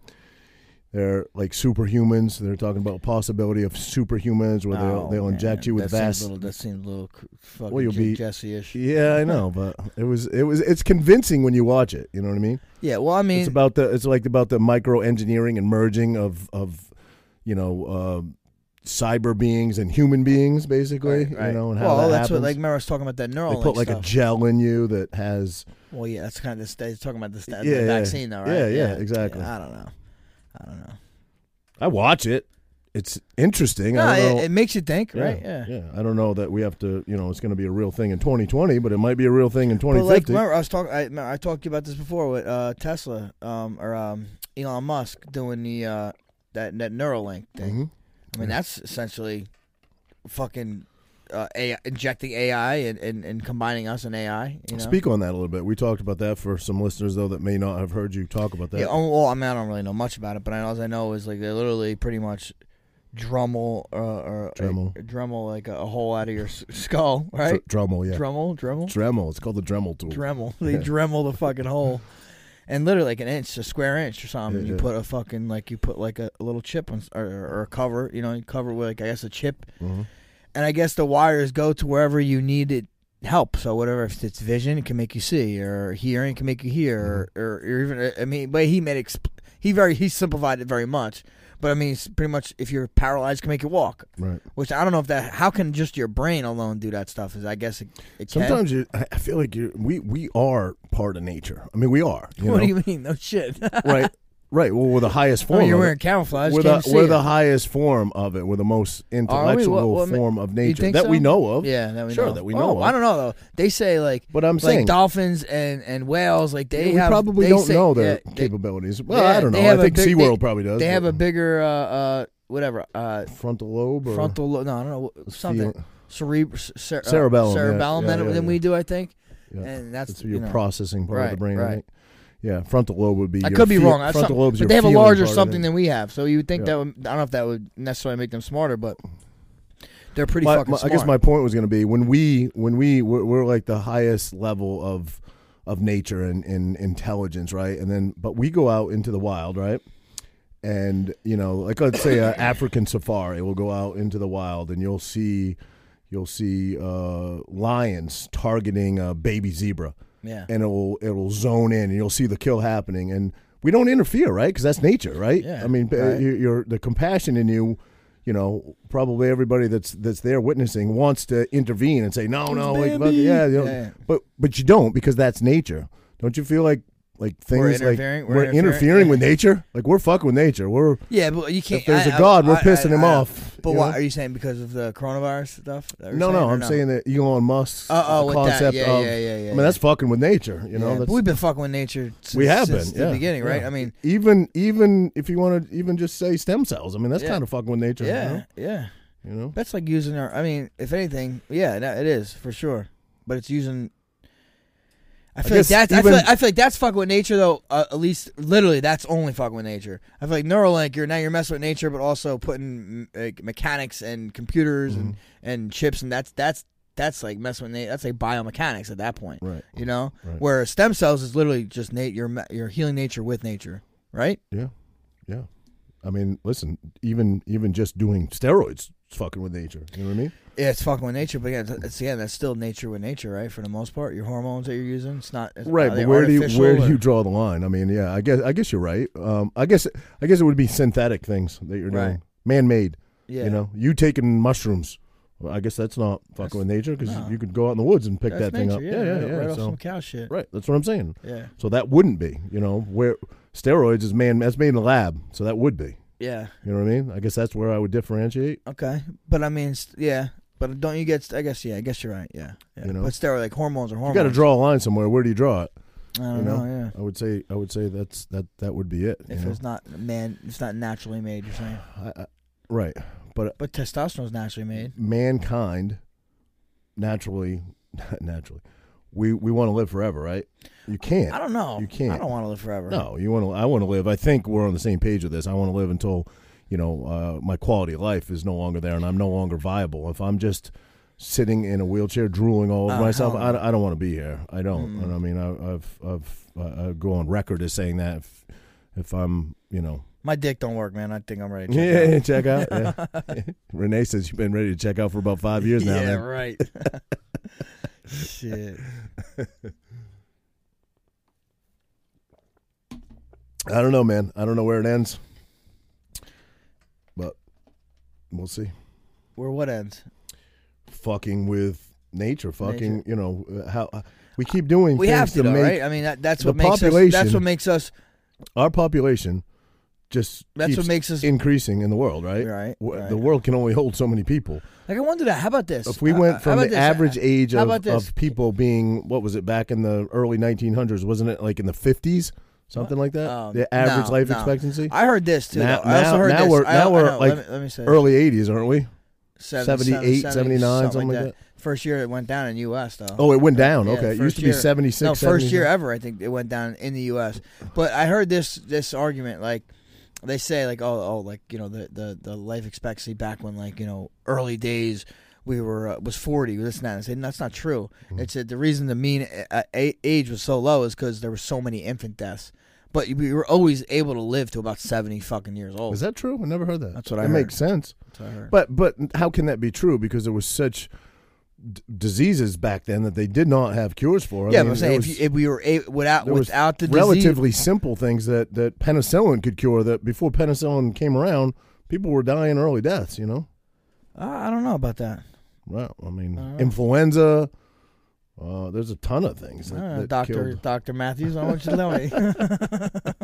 S1: they're like superhumans? They're talking about possibility of superhumans where they'll
S2: Oh,
S1: they'll inject
S2: man,
S1: you with
S2: that
S1: vast.
S2: Seems a little, that seems a little cr- fucking
S1: you'll
S2: Jake
S1: be-
S2: Jesse-ish.
S1: Yeah, I know, but it was it was it's convincing when you watch it. You know what I mean?
S2: Yeah, well, I mean,
S1: It's about the it's like about the micro engineering and merging of of you know uh, cyber beings and human beings, basically.
S2: Right, right.
S1: You know, and how
S2: well,
S1: that
S2: that's
S1: happens.
S2: what like remember I was talking about that neural.
S1: they put like a gel in you that has
S2: Well, yeah, that's kind of the are talking about the, sta-
S1: Yeah,
S2: the
S1: yeah.
S2: vaccine, though, right?
S1: Yeah, yeah, exactly.
S2: yeah, I don't know. I don't know.
S1: I watch it. It's interesting.
S2: No,
S1: I don't know.
S2: it, it makes you think, right?
S1: Yeah,
S2: Yeah.
S1: yeah. I don't know that we have to, you know, it's going to be a real thing in 2020, but it might be a real thing in
S2: But like,
S1: 2050.
S2: remember I was talking. I, remember I talked to you about this before with uh, Tesla um, or um, Elon Musk doing the uh, that that Neuralink thing.
S1: Mhm.
S2: I mean, that's essentially fucking uh, AI, injecting AI and, and, and combining us and AI. You know?
S1: Speak on that a little bit. We talked about that for some listeners though that may not have heard you talk about that.
S2: Yeah, oh, well, I mean, I don't really know much about it, but I, all I know is like they literally pretty much Dremel uh, or
S1: Dremel.
S2: uh, Dremel like a, hole out of your s- skull,
S1: Dr-
S2: right?
S1: Dremel, yeah.
S2: Dremel, Dremel,
S1: Dremel. It's called the Dremel tool.
S2: Dremel. They Dremel the fucking hole, and literally like an inch, a square inch or something.
S1: Yeah,
S2: you
S1: yeah.
S2: put a fucking like you put like a, a little chip on s- or, or a cover, you know, you cover with like I guess a chip,
S1: Mhm.
S2: and I guess the wires go to wherever you need it help. So whatever, if it's vision, it can make you see, or hearing it can make you hear,
S1: Mm-hmm.
S2: or, or, or even uh, I mean, but he made exp- he very he simplified it very much. But I mean, it's pretty much if you're paralyzed, it can make you walk.
S1: Right.
S2: Which I don't know if that how can just your brain alone do that stuff? Is I guess it, it can.
S1: Sometimes you, I I feel like you, we we are part of nature. I mean, we are. You
S2: what
S1: know?
S2: do you mean? No shit.
S1: right, right. Well, we're the highest
S2: Oh,
S1: form.
S2: you're
S1: of
S2: wearing
S1: it.
S2: camouflage.
S1: We're
S2: can't
S1: the
S2: see
S1: we're
S2: it.
S1: the highest form of it. We're the most intellectual
S2: what ma-
S1: form of nature
S2: think
S1: that we
S2: so?
S1: know of.
S2: yeah, that we
S1: Sure,
S2: know.
S1: that we
S2: Oh,
S1: know of.
S2: I don't know though. They say like
S1: But I'm
S2: like
S1: saying
S2: dolphins and, and whales like they
S1: Yeah, we
S2: have
S1: probably
S2: they
S1: don't
S2: say-
S1: know their
S2: yeah, they-
S1: capabilities. Well,
S2: yeah,
S1: I don't
S2: they
S1: know.
S2: have
S1: I
S2: a
S1: think
S2: big-
S1: SeaWorld
S2: they-
S1: probably does.
S2: They have a
S1: but-
S2: bigger uh, uh whatever uh
S1: frontal lobe or
S2: frontal lo- no I don't know wh-
S1: Let's see,
S2: something
S1: uh,
S2: cerebral cer- uh,
S1: Cerebellum, yeah,
S2: cerebellum
S1: yeah,
S2: than,
S1: yeah,
S2: than
S1: yeah.
S2: we do I think
S1: Yeah.
S2: and that's
S1: That's
S2: you
S1: your
S2: know.
S1: processing part of the
S2: Right,
S1: brain,
S2: right.
S1: right? Yeah, frontal lobe would be.
S2: I
S1: your
S2: could be
S1: feel-
S2: wrong I-
S1: Frontal
S2: some-
S1: lobe's
S2: but
S1: your
S2: they have a
S1: feeling
S2: larger
S1: part of
S2: something
S1: it.
S2: than we have so you would think
S1: Yeah.
S2: that would, I don't know if that would necessarily make them smarter but they're pretty
S1: My-
S2: fucking
S1: my- I
S2: smart.
S1: guess my point was going to be when we when we we're, we're like the highest level of of nature and, and intelligence, right? And then but we go out into the wild, right? And you know, like let's say a African safari, we'll go out into the wild and you'll see you'll see uh, lions targeting a baby zebra.
S2: yeah
S1: and it'll it'll zone in and you'll see the kill happening and we don't interfere right because that's nature right
S2: Yeah,
S1: i mean
S2: right.
S1: you you're the compassion in you you know probably everybody that's that's there witnessing wants to intervene and say no no like fuck- yeah, you know,
S2: Yeah.
S1: but but you don't because that's nature don't you feel like like things
S2: interfering-
S1: like
S2: we're
S1: we're,
S2: interfering,
S1: interfering
S2: yeah.
S1: with nature like we're fucking with nature we're
S2: yeah but you can't
S1: if there's
S2: a
S1: a god we're pissing him off
S2: But
S1: you
S2: why
S1: know?
S2: are you saying because of the coronavirus stuff? that we're
S1: no,
S2: saying,
S1: no,
S2: or
S1: I'm saying that Elon Musk's
S2: Oh, oh, with that.
S1: concept
S2: Yeah,
S1: of,
S2: yeah, yeah, yeah,
S1: I mean,
S2: yeah.
S1: that's fucking with nature, you
S2: Yeah,
S1: know.
S2: but
S1: that's,
S2: we've been fucking with nature. Since,
S1: we have
S2: since
S1: been
S2: the
S1: yeah,
S2: beginning, right?
S1: yeah.
S2: I mean,
S1: even even if you want to even just say stem cells, I mean that's
S2: Yeah.
S1: kind of fucking with nature.
S2: yeah,
S1: you know?
S2: yeah.
S1: You know?
S2: That's like using our. I mean, if anything, yeah, no, it is for sure. But it's using. I feel
S1: guess
S2: like that's. I,
S1: even-
S2: feel like, I feel like that's fucking with nature, though. Uh, at least, literally, that's only fucking with nature. I feel like Neuralink, you're now you're messing with nature, but also putting mm, like, mechanics and computers and
S1: Mm-hmm.
S2: and chips, and that's that's that's like messing with nature. That's like biomechanics at that point.
S1: Right.
S2: You know,
S1: Right.
S2: where stem cells is literally just nat- you're ma- you're healing nature with nature, right?
S1: Yeah. Yeah. I mean, listen, even even just doing steroids is fucking with nature. You know what I mean?
S2: Yeah, it's fucking with nature, but yeah, it's- it's yeah, that's still nature with nature, right? For the most part, your hormones that you're using, it's not it's,
S1: Right,
S2: are they
S1: but where do you
S2: artificial
S1: where do
S2: or-
S1: you draw the line? I mean, yeah, I guess I guess you're right. Um, I guess I guess it would be synthetic things that you're doing,
S2: Right.
S1: man made.
S2: yeah.
S1: You know, you taking mushrooms. Well, I guess that's not fucking
S2: That's-
S1: with nature because
S2: no.
S1: you could go out in the woods and pick
S2: That's
S1: that thing
S2: nature,
S1: up.
S2: Yeah,
S1: yeah,
S2: right,
S1: yeah.
S2: right off
S1: so,
S2: some cow shit.
S1: right, that's what I'm saying.
S2: Yeah,
S1: So that wouldn't be, you know, where steroids is man. That's made in the lab, so that would be.
S2: yeah.
S1: You know what I mean? I guess that's where I would differentiate.
S2: Okay, but I mean, st- yeah. But don't you get? st- I guess yeah. I guess you're right. Yeah. yeah.
S1: You know?
S2: But steroid like hormones are
S1: You
S2: hormones.
S1: got to draw a line somewhere. Where do you draw it?
S2: I don't
S1: you know?
S2: know. Yeah.
S1: I would say, I would say that's that. That would be it. you
S2: If
S1: know?
S2: it's not man, it's not naturally made. You're saying,
S1: I, I, right, but
S2: but testosterone's naturally made.
S1: mankind naturally, naturally, we we want to live forever, right? You can't.
S2: I don't know.
S1: You can't.
S2: I don't want to live forever.
S1: No, you want to. I want to live. I think we're on the same page with this. I want to live until, you know, uh, my quality of life is no longer there and I'm no longer viable. If I'm just sitting in a wheelchair drooling all over
S2: Uh,
S1: myself,
S2: hell
S1: I,
S2: no.
S1: I don't want to be here. I don't.
S2: Mm.
S1: And I mean, I, I've I've uh, I go on record as saying that if, if I'm, you know,
S2: My dick don't work, man. I think I'm ready. To check
S1: yeah, check out. Yeah. Renee says you've been ready to check out for about five years
S2: out.
S1: now.
S2: yeah,
S1: man.
S2: right. Shit.
S1: I don't know, man. I don't know where it ends, but we'll see.
S2: Where what ends?
S1: fucking with nature, fucking
S2: Nature.
S1: you know uh, how uh, we keep doing.
S2: We
S1: things
S2: have to,
S1: to
S2: though,
S1: make
S2: right? I mean, that, that's
S1: the
S2: what makes us.
S1: population-
S2: That's what makes us.
S1: our population just
S2: That's what
S1: keeps
S2: makes us.
S1: increasing in the world, right?
S2: Right,
S1: W-
S2: right.
S1: The world can only hold so many people.
S2: Like I wonder that. How about this?
S1: If we
S2: Uh, uh,
S1: went
S2: how
S1: from
S2: about
S1: the
S2: this?
S1: average age
S2: how
S1: of,
S2: about this?
S1: of people being what was it back in the early 1900s? Wasn't it like in the 50s, something like that?
S2: Um,
S1: the average
S2: no,
S1: life
S2: no.
S1: expectancy.
S2: I heard this too.
S1: Now-
S2: though. I
S1: now-
S2: also heard
S1: now
S2: this.
S1: we're-
S2: I-
S1: now
S2: I
S1: we're,
S2: know.
S1: like,
S2: let me, let me say
S1: Early 80s, aren't we?
S2: Seven-
S1: 78,
S2: seven-
S1: 79, something like
S2: First year it went down in U.S. though.
S1: Oh, it went down.
S2: Yeah,
S1: okay, it used
S2: first
S1: to be
S2: year.
S1: 76.
S2: no, first
S1: 79.
S2: year ever. I think it went down in the U.S. But I heard this this argument like they say like oh oh like you know the the, the life expectancy back when like you know early days we were uh, was 40 this and that. I said that's not true.
S1: Mm-hmm.
S2: It said the reason the mean uh, a- age was so low is because there were so many infant deaths. But we were always able to live to about 70 fucking years old.
S1: Is that true? I never heard that.
S2: That's what I
S1: That
S2: heard.
S1: makes sense.
S2: That's what I heard.
S1: But but how can that be true? Because there was such d- diseases back then that they did not have cures for. I
S2: yeah,
S1: mean,
S2: but I'm saying
S1: there was-
S2: if, you, if we were a, without
S1: there was
S2: without the disease,
S1: relatively simple things that that penicillin could cure. That before penicillin came around, people were dying early deaths. You know,
S2: Uh, I don't know about that.
S1: well, I mean,
S2: Uh-huh.
S1: influenza. Uh, there's a ton of things that,
S2: Uh,
S1: that
S2: Doctor
S1: killed.
S2: Doctor Matthews, I want you to tell me.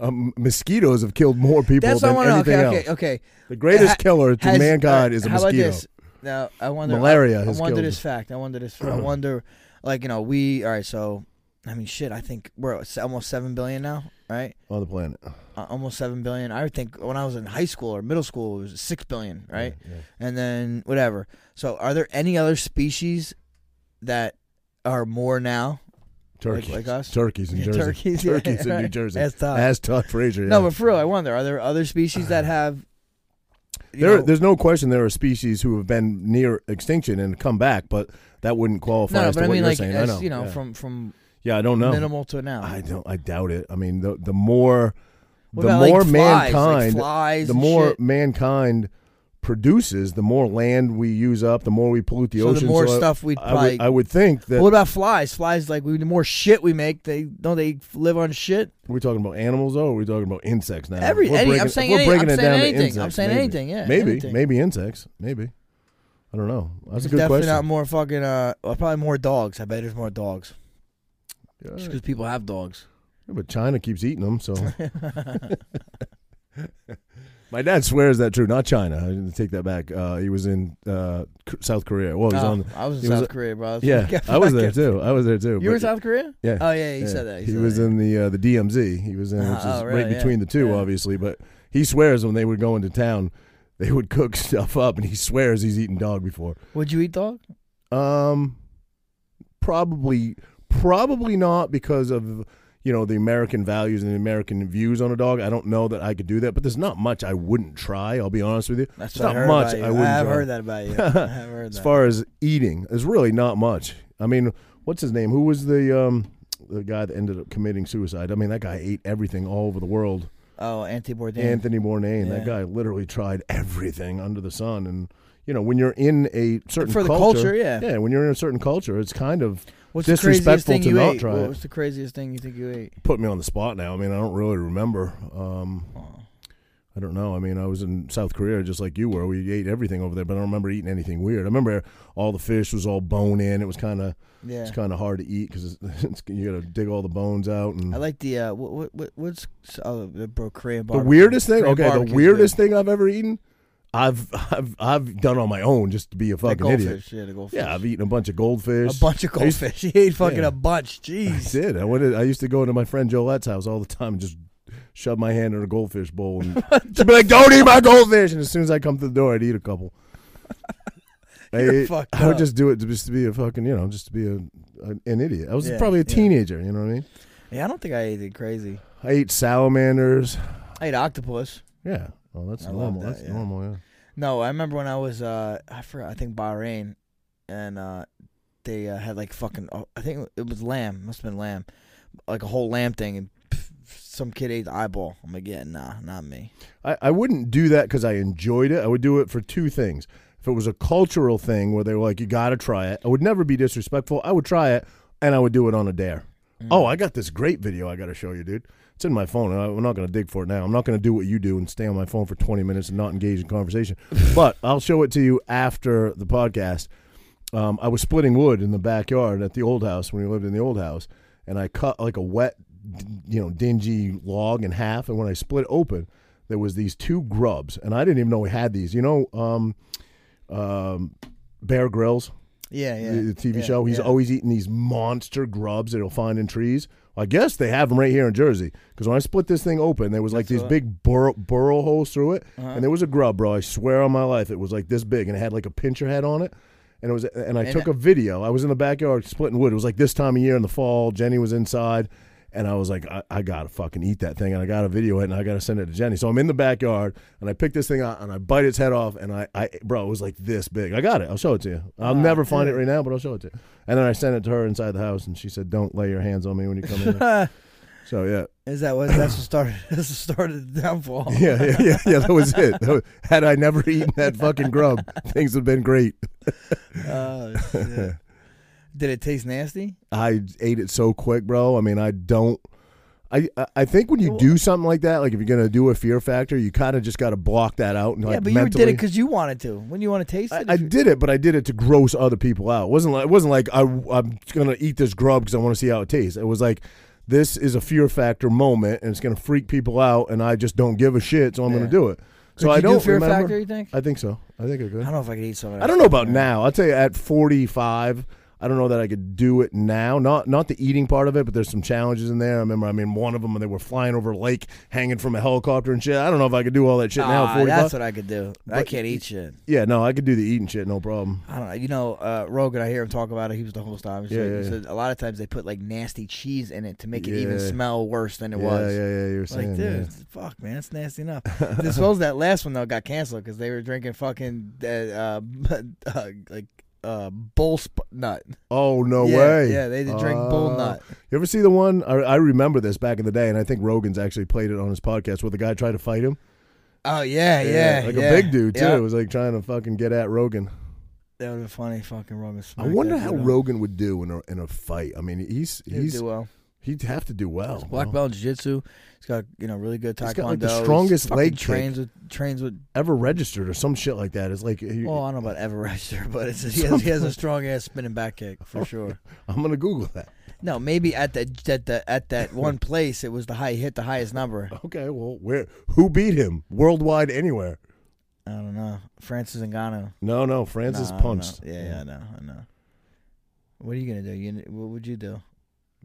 S1: Um, mosquitoes have killed more people
S2: That's what I
S1: than
S2: want to know.
S1: anything
S2: Okay,
S1: else.
S2: okay, okay.
S1: The greatest
S2: Ha-
S1: killer to
S2: Has-
S1: mankind
S2: uh,
S1: is a
S2: how
S1: mosquito.
S2: About this? Now I wonder.
S1: Malaria
S2: I, I
S1: has
S2: wonder
S1: killed-
S2: this fact. I wonder this. I wonder, like you know, we all right. So, I mean, shit. I think we're at se- almost seven billion now, right?
S1: on the planet,
S2: Uh, almost seven billion. I would think when I was in high school or middle school, it was six billion, right?
S1: Yeah, yeah.
S2: And then whatever. So, are there any other species that are more now?
S1: Turkeys,
S2: like us?
S1: turkeys in Jersey,
S2: Turkeys, yeah,
S1: turkeys in New
S2: right.
S1: Jersey.
S2: That's tough.
S1: As Todd Frazier. yeah.
S2: No, but for real, I wonder. Are there other species that have? you
S1: There,
S2: know-
S1: there's no question there are species who have been near extinction and come back, but that wouldn't qualify
S2: no, no,
S1: as
S2: but
S1: to
S2: I
S1: what
S2: mean,
S1: you're
S2: like
S1: saying.
S2: as,
S1: I know.
S2: you know,
S1: yeah.
S2: from from
S1: yeah, I don't know.
S2: minimal to now.
S1: I don't. I doubt it. I mean, the the more,
S2: What
S1: the
S2: about, like,
S1: more
S2: flies? Like,
S1: mankind,
S2: flies
S1: the
S2: and
S1: more
S2: shit?
S1: mankind produces, the more land we use up, the more we pollute the
S2: So the
S1: ocean.
S2: more
S1: so
S2: stuff we'd
S1: I
S2: probably-
S1: would, I would think that
S2: But what about flies? Flies, like we, the more shit we make, they don't they live on shit.
S1: we're talking about animals, though. Or we're talking about insects now.
S2: Every-
S1: If we're
S2: any- I'm
S1: breaking,
S2: saying
S1: if we're
S2: any-
S1: breaking
S2: I'm
S1: it
S2: saying
S1: down
S2: anything.
S1: to
S2: I'm
S1: insects,
S2: saying
S1: maybe.
S2: anything, yeah,
S1: maybe,
S2: anything.
S1: maybe insects, maybe. I don't know. That's a
S2: There's
S1: good
S2: definitely
S1: question.
S2: not more fucking. Uh, well, probably more dogs. I bet there's more dogs
S1: Yeah,
S2: just because people have dogs.
S1: Yeah, but China keeps eating them, so. My dad swears that true, not China. I didn't take that back. Uh, he was in uh, K- South Korea. Well, he was
S2: Oh,
S1: on.
S2: I was
S1: he
S2: in
S1: was
S2: South
S1: a-
S2: Korea, bro. That's what
S1: Yeah,
S2: kept
S1: I was there
S2: fucking-
S1: too. I was there too.
S2: You were
S1: but-
S2: in South Korea?
S1: Yeah.
S2: Oh yeah, you said that.
S1: He was in the uh, the DMZ. He was in, which is
S2: Oh,
S1: right
S2: really? Yeah.
S1: between the two,
S2: Yeah.
S1: obviously. But he swears when they would go into town, they would cook stuff up, and he swears he's eaten dog before.
S2: Would you eat dog?
S1: Um, probably, probably not because of you know the American values and the American views on a dog. I don't know that I could do that, but there's not much I wouldn't try. I'll be honest with you.
S2: That's
S1: There's
S2: what I
S1: not
S2: heard
S1: much
S2: about you.
S1: I wouldn't
S2: have
S1: try.
S2: heard that about you. I've heard
S1: As
S2: that.
S1: far as eating, there's really not much. I mean, what's his name? Who was the um the guy that ended up committing suicide? I mean, that guy ate everything all over the world.
S2: oh, Anthony Bourdain.
S1: Anthony Bourdain. That guy
S2: Yeah.
S1: literally tried everything under the sun and. You know, when you're in a certain
S2: For the culture, yeah.
S1: yeah. When you're in a certain culture, it's kind of
S2: What's the craziest
S1: disrespectful
S2: thing
S1: to
S2: you
S1: not
S2: ate?
S1: try
S2: what
S1: it.
S2: was the craziest thing you think you ate?
S1: put me on the spot now. I mean, I don't really remember. Um,
S2: Oh.
S1: I I don't know. I mean, I was in South Korea just like you were. We ate everything over there, but I don't remember eating anything weird. I remember all the fish was all bone in. It was kind of
S2: Yeah.
S1: it's kind of hard to eat because it's, it's, you got to dig all the bones out. And
S2: I like the uh, what, what what's oh, the bro Korean
S1: the
S2: barbecue.
S1: weirdest thing,
S2: Korean
S1: okay, the
S2: barbecue's
S1: weirdest thing I've ever eaten, I've I've I've done on my own just to be a
S2: good. The
S1: fucking
S2: goldfish,
S1: idiot.
S2: Yeah, the goldfish.
S1: Yeah, I've eaten a bunch of goldfish.
S2: a bunch of
S1: I used-
S2: goldfish. He ate fucking
S1: Yeah.
S2: a bunch.
S1: I
S2: Jeez.
S1: did. I went. to- I used to go into my friend Jolette's house all the time and just shove my hand in a goldfish bowl and she'd be like, "Don't eat my goldfish!" And as soon as I come through the door, I'd eat a couple. I,
S2: You're
S1: ate-
S2: fucked
S1: I would
S2: up.
S1: just do it to, just to be a fucking, you know, just to be a, an an idiot. I was
S2: Yeah,
S1: probably a
S2: yeah.
S1: teenager. You know what I mean?
S2: Yeah, I don't think I ate it crazy.
S1: I ate salamanders.
S2: I ate octopus.
S1: Yeah. Well, that's
S2: I love
S1: normal.
S2: that,
S1: that's
S2: yeah.
S1: normal. Yeah.
S2: No, I remember when I was uh I forgot I think Bahrain, and uh they uh, had like fucking oh, I think it was lamb must have been lamb, like a whole lamb thing and. pff, Some kid ate the eyeball. I'm like, yeah, nah, not me.
S1: I, I wouldn't do that because I enjoyed it. I would do it for two things. If it was a cultural thing where they were like, you got to try it, I would never be disrespectful. I would try it and I would do it on a dare. Oh, I got this great video I got to show you, dude. It's in my phone. I, I'm not going to dig for it now. I'm not going to do what you do and stay on my phone for 20 minutes and not engage in conversation. but I'll show it to you after the podcast. Um, I was splitting wood in the backyard at the old house when we lived in the old house, and I cut like a wet, d- you know, dingy log in half. And when I split it open, there was these two grubs, and I didn't even know we had these. You know, um, um, Bear Grylls,
S2: Yeah, yeah.
S1: the, the TV
S2: yeah,
S1: show. He's
S2: yeah.
S1: always eating these monster grubs that he'll find in trees. I guess they have them right here in Jersey because when I split this thing open, there was like these
S2: what-
S1: big burrow, burrow holes through it,
S2: Uh-huh.
S1: and there was a grub, bro. I swear on my life, it was like this big, and it had like a pincher head on it. And it was, and I took a video. I was in the backyard splitting wood. It was like this time of year in the fall. Jenny was inside, and I was like, I, I gotta fucking eat that thing, and I gotta video it, and I gotta send it to Jenny. So I'm in the backyard, and I pick this thing out, and I bite its head off, and I, I, bro, it was like this big. I got it. I'll show it to you. I'll
S2: Ah,
S1: never find it right now, but I'll show it to you. And then I sent it to her inside the house, and she said, "Don't lay your hands on me when you come in." here." so yeah,
S2: Is that what? That's what started. That's what started the downfall.
S1: yeah, yeah, yeah, yeah. That was it. That was- had I never eaten that fucking grub, things would have been great.
S2: Oh, shit. Did it taste nasty?
S1: I ate it so quick, bro. I mean, I don't. I I- I think when you do something like that, like if you're gonna do a fear factor, you kind of just got to block that out and like
S2: yeah, but
S1: mentally.
S2: you did it because you wanted to. When you want to taste
S1: I,
S2: it,
S1: I
S2: if you-
S1: did it, but I did it to gross other people out. It wasn't like it wasn't like I I'm gonna eat this grub because I want to see how it tastes. It was like this is a fear factor moment, and it's gonna freak people out, and I just don't give a shit, so I'm
S2: Yeah.
S1: gonna do it.
S2: Could
S1: so I
S2: you do
S1: don't
S2: Fear
S1: remember.
S2: Factor, you think?
S1: I think so. I think I could.
S2: I don't know if I could eat something.
S1: I don't know about now. I'll tell you, at 45, I don't know that I could do it now. Not not the eating part of it, but there's some challenges in there. I remember, I mean, one of them, they were flying over a lake, hanging from a helicopter and shit. I don't know if I could do all that shit now
S2: Ah,
S1: at 45.
S2: that's what I could do. I
S1: But
S2: can't eat shit.
S1: yeah, no, I could do the eating shit, no problem.
S2: I don't know. You know, uh, Rogan. I hear him talk about it. He was the host, obviously.
S1: Yeah, yeah,
S2: He
S1: yeah.
S2: said a lot of times they put like nasty cheese in it to make it even
S1: Yeah.
S2: smell worse than it
S1: yeah,
S2: was.
S1: yeah, yeah, you were saying.
S2: Like, dude,
S1: yeah.
S2: it's- fuck, man, it's nasty enough. this was that last one though got canceled because they were drinking fucking uh, uh, uh, like uh, bull sp- nut.
S1: Oh, no
S2: yeah,
S1: way.
S2: Yeah, they did drink bull
S1: Uh,
S2: nut.
S1: You ever see the one? I, I remember this back in the day, and I think Rogan's actually played it on his podcast where the guy tried to fight him.
S2: Oh yeah, yeah,
S1: like
S2: yeah.
S1: a big dude, too.
S2: Yeah.
S1: It was like trying to fucking get at Rogan.
S2: That would be funny. Fucking Rogan.
S1: I
S2: smacked
S1: wonder
S2: that
S1: how
S2: dude up.
S1: Rogan would do in a in a fight. I mean, he's
S2: He would
S1: he's
S2: do well.
S1: he'd have to do Oh, well.
S2: He's black
S1: bro.
S2: belt in jiu-jitsu. He's got you know really good taekwondo.
S1: He's got, like, the
S2: He's
S1: strongest
S2: fucking
S1: leg kick.
S2: trains with trains with.
S1: Ever registered or some shit like that? It's like he-
S2: Well, uh, I don't know about ever register, but it's, he, has, he has a strong ass spinning back kick for sure.
S1: I'm gonna Google that.
S2: No, maybe at that at the at that one place it was the high hit the highest number.
S1: Okay, well, where who beat him worldwide anywhere?
S2: I don't know. Francis Ngannou.
S1: No, no, Francis
S2: Nah, I don't
S1: punched.
S2: know. Yeah, yeah, I know, I know. What are you gonna do? You what would you do?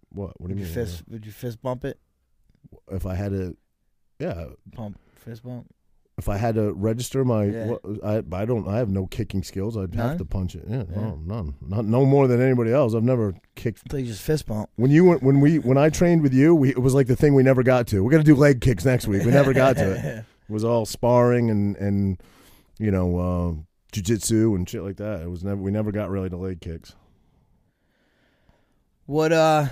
S1: What? What do
S2: Would
S1: you
S2: you
S1: mean?
S2: fist? Would you fist bump it?
S1: If I had to, yeah,
S2: Pump fist bump.
S1: if I had to register my,
S2: Yeah.
S1: what, I I don't, I have no kicking skills. I'd
S2: None?
S1: have to punch it. Yeah,
S2: Yeah.
S1: No, none, not no more than anybody else. I've never kicked.
S2: So you just fist bump.
S1: When you went- when we when I trained with you, we, it was like the thing we never got to. We're gonna do leg kicks next week. We never got to it. It was all sparring and and you know uh, jujitsu and shit like that. It was never we never got really to leg kicks.
S2: What uh?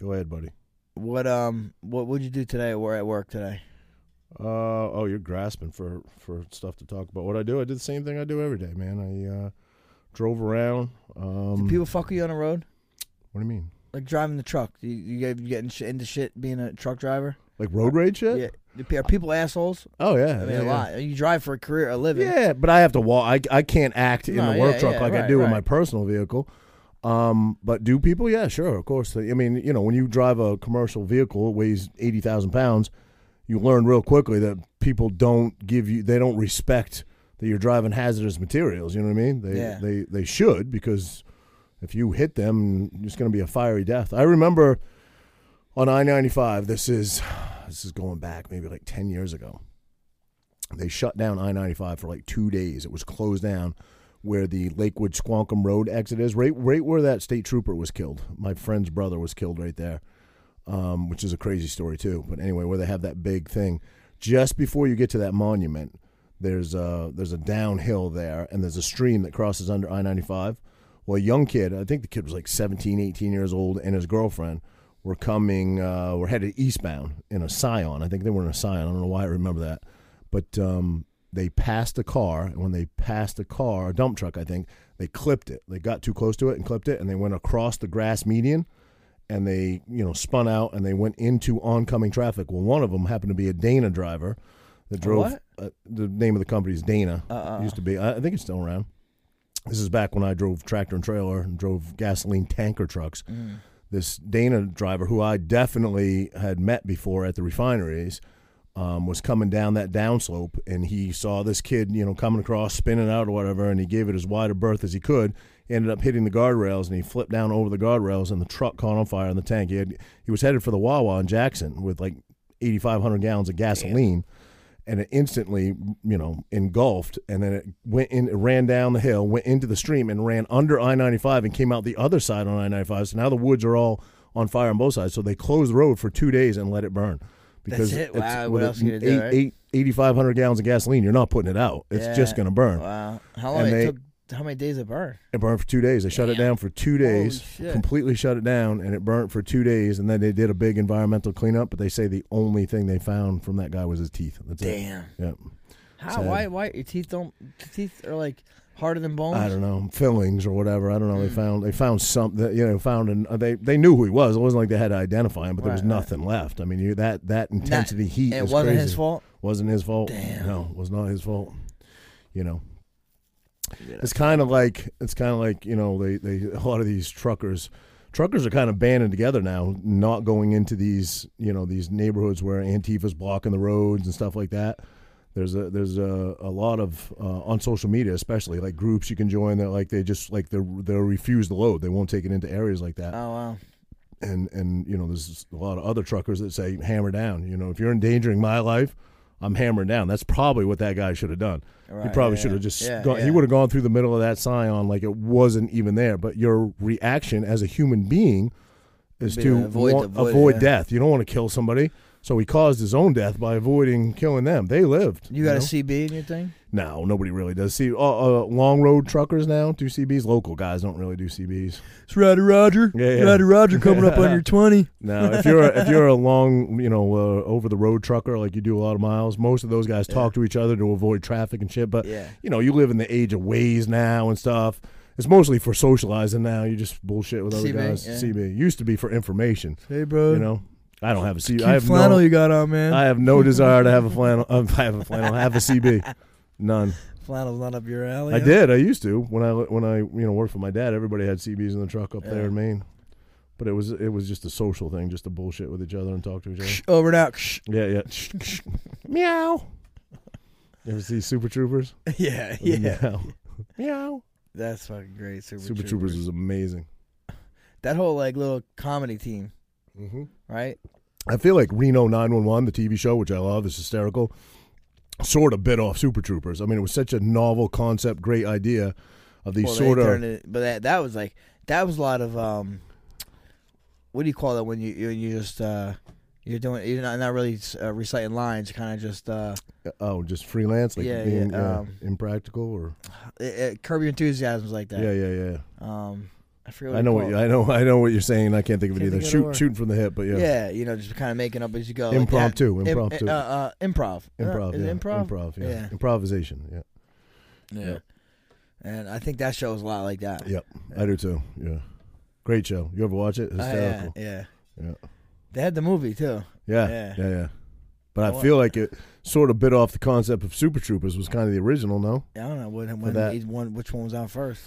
S1: Go ahead, buddy.
S2: What um? What would you do today? Or at work today?
S1: Uh, oh, you're grasping for for stuff to talk about. What I do, I did the same thing I do every day, man. I uh, drove around.
S2: Do
S1: Um,
S2: people fuck with you on the road?
S1: what do you mean?
S2: Like driving the truck. You, you get- you getting shit into shit being a truck driver?
S1: Like road rage shit?
S2: Yeah. Are people assholes?
S1: Oh yeah.
S2: I mean,
S1: yeah,
S2: a
S1: yeah.
S2: lot. You drive for a career, a living.
S1: Yeah, but I have to walk. I, I can't act in
S2: No,
S1: the work
S2: yeah,
S1: truck
S2: yeah,
S1: like I
S2: right,
S1: do in
S2: right.
S1: my personal vehicle. Um, but do people? Yeah, sure, of course. I mean, you know, when you drive a commercial vehicle, it weighs eighty thousand pounds. You learn real quickly that people don't give you. They don't respect that you're driving hazardous materials. You know what I mean? They
S2: Yeah.
S1: they they should because if you hit them, it's going to be a fiery death. I remember on I ninety five. This is this is going back maybe like ten years ago. They shut down I ninety five for like two days. It was closed down where the Lakewood Squonkam Road exit is, right right where that state trooper was killed. My friend's brother was killed right there, um, which is a crazy story too. But anyway, where they have that big thing, just before you get to that monument, there's a there's a downhill there, and there's a stream that crosses under I ninety five. Well, a young kid, I think the kid was like 17, 18 years old, and his girlfriend were coming, uh, were headed eastbound in a Scion. I think they were in a Scion. I don't know why I remember that but um, they passed a car, and when they passed a car, a dump truck, I think, they clipped it. They got too close to it and clipped it, and they went across the grass median, and they you know spun out and they went into oncoming traffic. Well, one of them happened to be a Dana driver that drove.
S2: what?
S1: Uh, the name of the company is Dana.
S2: Uh-uh.
S1: Used to be. I, I think it's still around. This is back when I drove tractor and trailer and drove gasoline tanker trucks this Dana driver, who I definitely had met before at the refineries, um, was coming down that downslope, and he saw this kid, you know, coming across, spinning out or whatever, and he gave it as wide a berth as he could. Ended up hitting the guardrails, and he flipped down over the guardrails, and the truck caught on fire in the tank. He had, he was headed for the Wawa in Jackson with like 8,500 gallons of gasoline. And it instantly, you know, engulfed, and then it went in, it ran down the hill, went into the stream, and ran under I ninety five, and came out the other side on I ninety five. So now the woods are all on fire on both sides. So they closed the road for two days and let it burn because
S2: it?
S1: it's-
S2: Wow,
S1: with
S2: what else
S1: an
S2: you gonna do,
S1: eight-
S2: right?
S1: eight- 8,500 gallons of gasoline, you're not putting it out. It's
S2: Yeah.
S1: just going to burn.
S2: Wow. How long
S1: And
S2: it
S1: they-
S2: took? How many days it burned?
S1: It burned for two days. They shut it down for two days,
S2: shit.
S1: completely shut it down, and it burnt for two days. And then they did a big environmental cleanup, but they say the only thing they found from that guy was his teeth. That's
S2: Damn.
S1: it. Yeah.
S2: How?
S1: Sad.
S2: Why? Why your teeth don't? Your teeth are like harder than bones.
S1: I don't know fillings or whatever. I don't
S2: Hmm.
S1: know. They found they found something. You know, found an uh, they they knew who he was. It wasn't like they had to identify him, but there was
S2: Right, right.
S1: nothing left. I mean, you, that that intensity heat.
S2: It
S1: is
S2: wasn't
S1: crazy.
S2: his fault.
S1: Wasn't his fault.
S2: Damn.
S1: No, it was not his fault. You know, it's kind of like it's kind of like you know they they a lot of these truckers. Truckers are kind of banding together now, not going into these you know these neighborhoods where Antifa's blocking the roads and stuff like that. There's a there's a, a lot of uh, on social media, especially like groups you can join that like they just like they they refuse the load. They won't take it into areas like that
S2: Oh wow.
S1: and and you know there's a lot of other truckers that say hammer down you know if you're endangering my life i'm hammering down that's probably what that guy should have done he
S2: Right,
S1: probably
S2: yeah,
S1: should have
S2: yeah.
S1: just
S2: Yeah,
S1: gone, he
S2: yeah.
S1: would have gone through the middle of that scion like it wasn't even there but your reaction as a human being is
S2: Be
S1: to
S2: to avoid-
S1: want-
S2: avoid it,
S1: avoid
S2: yeah.
S1: death you don't want to kill somebody so he caused his own death by avoiding killing them they lived
S2: You got
S1: know?
S2: a CB in your thing?
S1: no nobody really does see uh, uh, long road truckers now do cbs local guys don't really do cbs
S2: It's Ryder Roger.
S1: Yeah, yeah. Ryder
S2: Roger coming
S1: up on your
S2: twenty.
S1: No, if you're a, if you're a long, you know, uh, over the road trucker, like you do a lot of miles, most of those guys talk to each other to avoid traffic and shit. But
S2: Yeah.
S1: you know, you live in the age of ways now and stuff. It's mostly for socializing now. You just bullshit with other
S2: CB,
S1: guys.
S2: yeah.
S1: CB used to be for information.
S2: Hey bro.
S1: You know, I don't have a CB. I have no,
S2: you got on, man.
S1: I have no desire to have a flannel. Um, I have a flannel. I have a CB. None.
S2: Flannel's not up your alley.
S1: I did. I used to when I when I you know worked for my dad. Everybody had CBs in the truck up there
S2: Yeah.
S1: in Maine. But it was it was just a social thing, just to bullshit with each other and talk to each other.
S2: Over and out. Ksh.
S1: Yeah, yeah. meow. You ever see Super Troopers?
S2: yeah,
S1: It was
S2: yeah.
S1: Meow. meow.
S2: That's fucking great. Super,
S1: Super
S2: Troopers.
S1: Troopers was amazing.
S2: That whole like little comedy team,
S1: Mm-hmm.
S2: right?
S1: I feel like Reno 911, the TV show, which I love, is hysterical, sort of bit off Super Troopers. I mean, it was such a novel concept, great idea of these
S2: Well, they
S1: sort of.
S2: turned it- but that that was like that was a lot of um, what do you call that when you you you just uh, you're doing you're not not really uh, reciting lines, kind of just uh,
S1: Oh, just freelance? Like
S2: Yeah,
S1: being
S2: yeah,
S1: uh,
S2: um,
S1: impractical or.
S2: it, it, eh, Curb Your Enthusiasms like that.
S1: Yeah, yeah, yeah.
S2: Um, I forget. What
S1: I know what
S2: you.
S1: you, I know. I know what you're saying. I can't think of it
S2: Can't
S1: either.
S2: think of the
S1: Shoot,
S2: word.
S1: shooting from the hip, but yeah.
S2: Yeah, you know, just kind of making up as you go.
S1: Impromptu,
S2: like that. Im-
S1: impromptu.
S2: uh, uh, improv. Uh,
S1: Improv,
S2: is
S1: yeah.
S2: it improv.
S1: Improv, yeah.
S2: Yeah.
S1: Improvisation, yeah.
S2: Yeah. And I think that show was a lot like that.
S1: Yep, I do too. Yeah, Great show. You ever watch it?
S2: Oh, yeah,
S1: Hysterical.
S2: yeah.
S1: Yeah.
S2: They had the movie too.
S1: yeah.
S2: Yeah.
S1: Yeah. Yeah. But I
S2: Oh,
S1: feel like it sort of bit off the concept of Super Troopers was kind of the original, no?
S2: I don't know what when
S1: that.
S2: each one, which one was on first.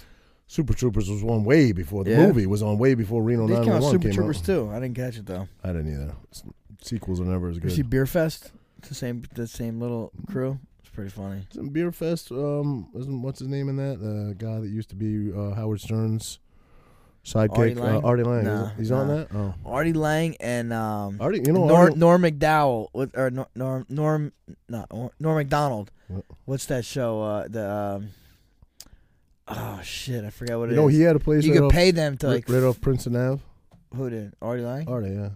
S1: Super Troopers was on way before the
S2: Yeah.
S1: movie was on way before Reno
S2: They came out
S1: 911
S2: Super
S1: came
S2: Troopers
S1: out.
S2: too. I didn't catch it though.
S1: I didn't either. S- Sequels are never as
S2: You see
S1: good.
S2: Beer Fest? It's the same the same little crew. It's pretty funny.
S1: Isn't Beer Fest? Um, isn't what's his name in that? The guy that used to be uh, Howard Stern's sidekick,
S2: Artie Lang?
S1: Uh, Artie Lang.
S2: Nah,
S1: is it? he's on
S2: nah.
S1: that. Oh,
S2: Artie Lang and um
S1: Artie. You know,
S2: Norm,
S1: Artie-
S2: Norm McDowell with or Nor- Norm Norm not Or- Norm McDonald.
S1: What?
S2: What's that show? Uh, the um, oh shit, I forgot what
S1: you
S2: it is.
S1: know, he had a place
S2: you
S1: right
S2: could
S1: off,
S2: pay them to
S1: ri-
S2: like
S1: right off Princeton Ave.
S2: f- who did Artie Lang?
S1: Artie, yeah.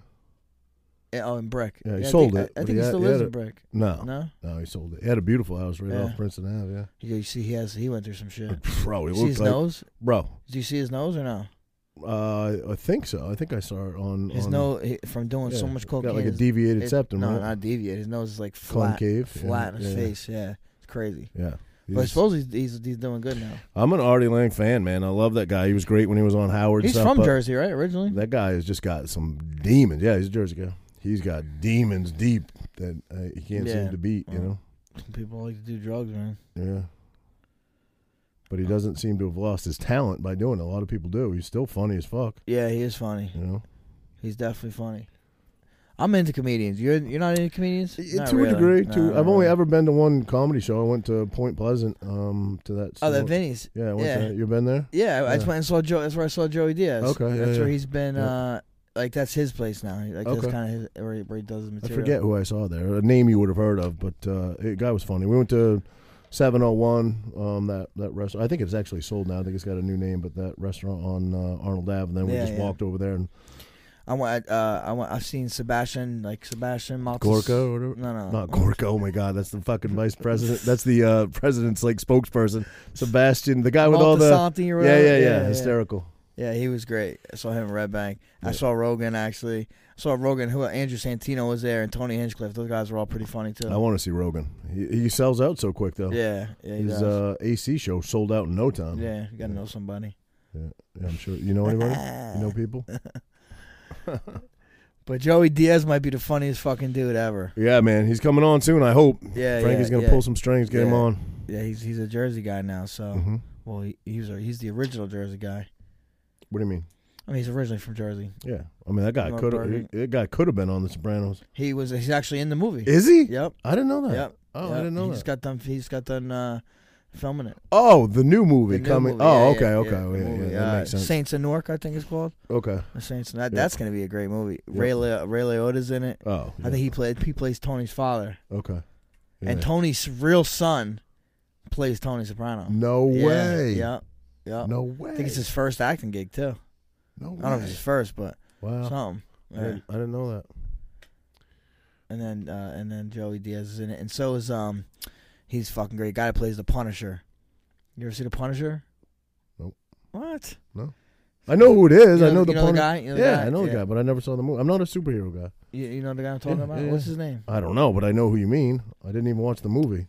S2: Yeah, oh, and Brick.
S1: Yeah, he
S2: I think-
S1: sold
S2: I-
S1: it,
S2: I,
S1: but
S2: think
S1: he
S2: he
S1: had-
S2: still
S1: he
S2: lives
S1: had
S2: in Brick.
S1: No,
S2: No,
S1: no, he sold it. He had a beautiful house right
S2: Yeah.
S1: off Princeton Ave. Yeah.
S2: you, you see, he has he went through some shit.
S1: But, Bro, it
S2: You see
S1: looked
S2: his
S1: like
S2: nose?
S1: bro.
S2: Do you see his nose or no?
S1: Uh, I think so. I think I saw it on
S2: His
S1: on,
S2: nose he- from doing so
S1: yeah,
S2: much
S1: got
S2: cocaine.
S1: like a
S2: his-
S1: deviated
S2: it-
S1: septum,
S2: No,
S1: right?
S2: not deviated. His nose is like flat,
S1: concave,
S2: flat
S1: yeah,
S2: in his
S1: yeah,
S2: face. Yeah, it's crazy.
S1: Yeah,
S2: but I
S1: He's-
S2: suppose he's, he's he's doing good now.
S1: I'm an Artie Lang fan, man. I love that guy. He was great when he was on Howard.
S2: He's
S1: stuff,
S2: from
S1: but
S2: Jersey, right? Originally.
S1: That guy has just got some demons. Yeah, he's a Jersey guy. He's got demons deep that uh, he can't
S2: Yeah. Uh-huh.
S1: seem to beat. You know.
S2: Some people like to do drugs, man.
S1: Yeah. But he doesn't seem to have lost his talent by doing it. A lot of people do. He's still funny as fuck.
S2: Yeah, he is funny.
S1: You know.
S2: He's definitely funny. I'm into comedians. You're you're not into comedians? Not
S1: to
S2: really.
S1: a degree, to
S2: No, not
S1: I've only
S2: really.
S1: ever been to one comedy show. I went to Point Pleasant. Um, to that.
S2: Oh, the
S1: small-
S2: Vinny's.
S1: Yeah, I went
S2: Yeah.
S1: to that. you been there?
S2: Yeah, I just
S1: Yeah.
S2: went and saw Joe. That's where I saw Joey Diaz.
S1: Okay, yeah,
S2: that's where
S1: yeah.
S2: he's been.
S1: Yeah.
S2: Uh, like that's his place now. Like
S1: Okay.
S2: that's kind of his, where, he, where he does the
S1: I
S2: material.
S1: forget who I saw there. A name you would have heard of, but uh, the guy was funny. We went to 701, um, that that restaurant. I think it's actually sold now. I think it's got a new name, but that restaurant on uh, Arnold Ave. And then we
S2: Yeah,
S1: just
S2: yeah.
S1: walked over there and
S2: I went. Uh, I went. I've seen Sebastian, like Sebastian Maltes.
S1: Gorka or whatever.
S2: No, no,
S1: Not Gorka. Oh my God, that's the fucking vice president. That's the uh, president's like spokesperson, Sebastian, the guy with all the
S2: Maltesanti or
S1: yeah, yeah,
S2: whatever.
S1: yeah, hysterical.
S2: Yeah, he was great. I saw him in Red Bank. I
S1: Yeah.
S2: saw Rogan actually. I saw Rogan. Who Andrew Santino was there, and Tony Hinchcliffe. Those guys were all pretty funny too.
S1: I want to see Rogan. He, he sells out so quick though.
S2: yeah, yeah, he
S1: His
S2: does.
S1: uh, AC show sold out in no time.
S2: yeah, you gotta know somebody.
S1: Yeah, I'm sure um, you know anybody. you know people.
S2: But Joey Diaz might be the funniest fucking dude ever.
S1: Yeah, man, he's coming on soon. I hope.
S2: Yeah,
S1: Frankie's
S2: yeah,
S1: gonna
S2: yeah.
S1: pull some strings, get him
S2: Yeah.
S1: on.
S2: Yeah, he's he's a Jersey guy now. So
S1: hmm
S2: well, he, he's a, he's the original Jersey guy.
S1: What do you mean?
S2: I mean, he's originally from Jersey.
S1: Yeah, I mean that guy
S2: Mark
S1: could
S2: Burger.
S1: have that guy could have been on The Sopranos.
S2: He was he's actually in the movie.
S1: Is he?
S2: Yep.
S1: I didn't know that.
S2: Yep.
S1: Oh,
S2: yep.
S1: I didn't
S2: he
S1: know that.
S2: just got done. He just got done uh, filming it.
S1: oh, the new movie
S2: The new
S1: coming.
S2: movie,
S1: oh,
S2: yeah, yeah,
S1: okay,
S2: yeah,
S1: okay,
S2: the
S1: yeah, yeah,
S2: movie,
S1: that
S2: uh,
S1: makes sense.
S2: Saints of Newark, I think it's called.
S1: okay.
S2: The Saints of Newark.
S1: Yeah.
S2: That's gonna be a great movie. Ray Le- Ray Liotta's in it.
S1: Oh,
S2: I think he played. He plays Tony's father,
S1: he, okay.
S2: and
S1: Yeah.
S2: Tony's real son plays Tony Soprano.
S1: no
S2: Yeah,
S1: way.
S2: Yep. Yep.
S1: No way.
S2: I think it's his first acting gig too.
S1: no way.
S2: I don't know if it's his first, but
S1: wow.
S2: something.
S1: I,
S2: Yeah.
S1: didn't, I didn't know that.
S2: And then uh, and then Joey Diaz is in it, and so is um, he's fucking great. Guy that plays the Punisher. You ever see the Punisher?
S1: Nope.
S2: What?
S1: I know who it is.
S2: You
S1: I know the,
S2: you know
S1: pun-
S2: the guy. You know
S1: yeah,
S2: the guy?
S1: I know
S2: yeah.
S1: the guy, but I never saw the movie. I'm not a superhero guy.
S2: You, you know the guy I'm talking
S1: Yeah,
S2: about.
S1: yeah,
S2: What's
S1: yeah.
S2: his name?
S1: I don't know, but I know who you mean. I didn't even watch the movie.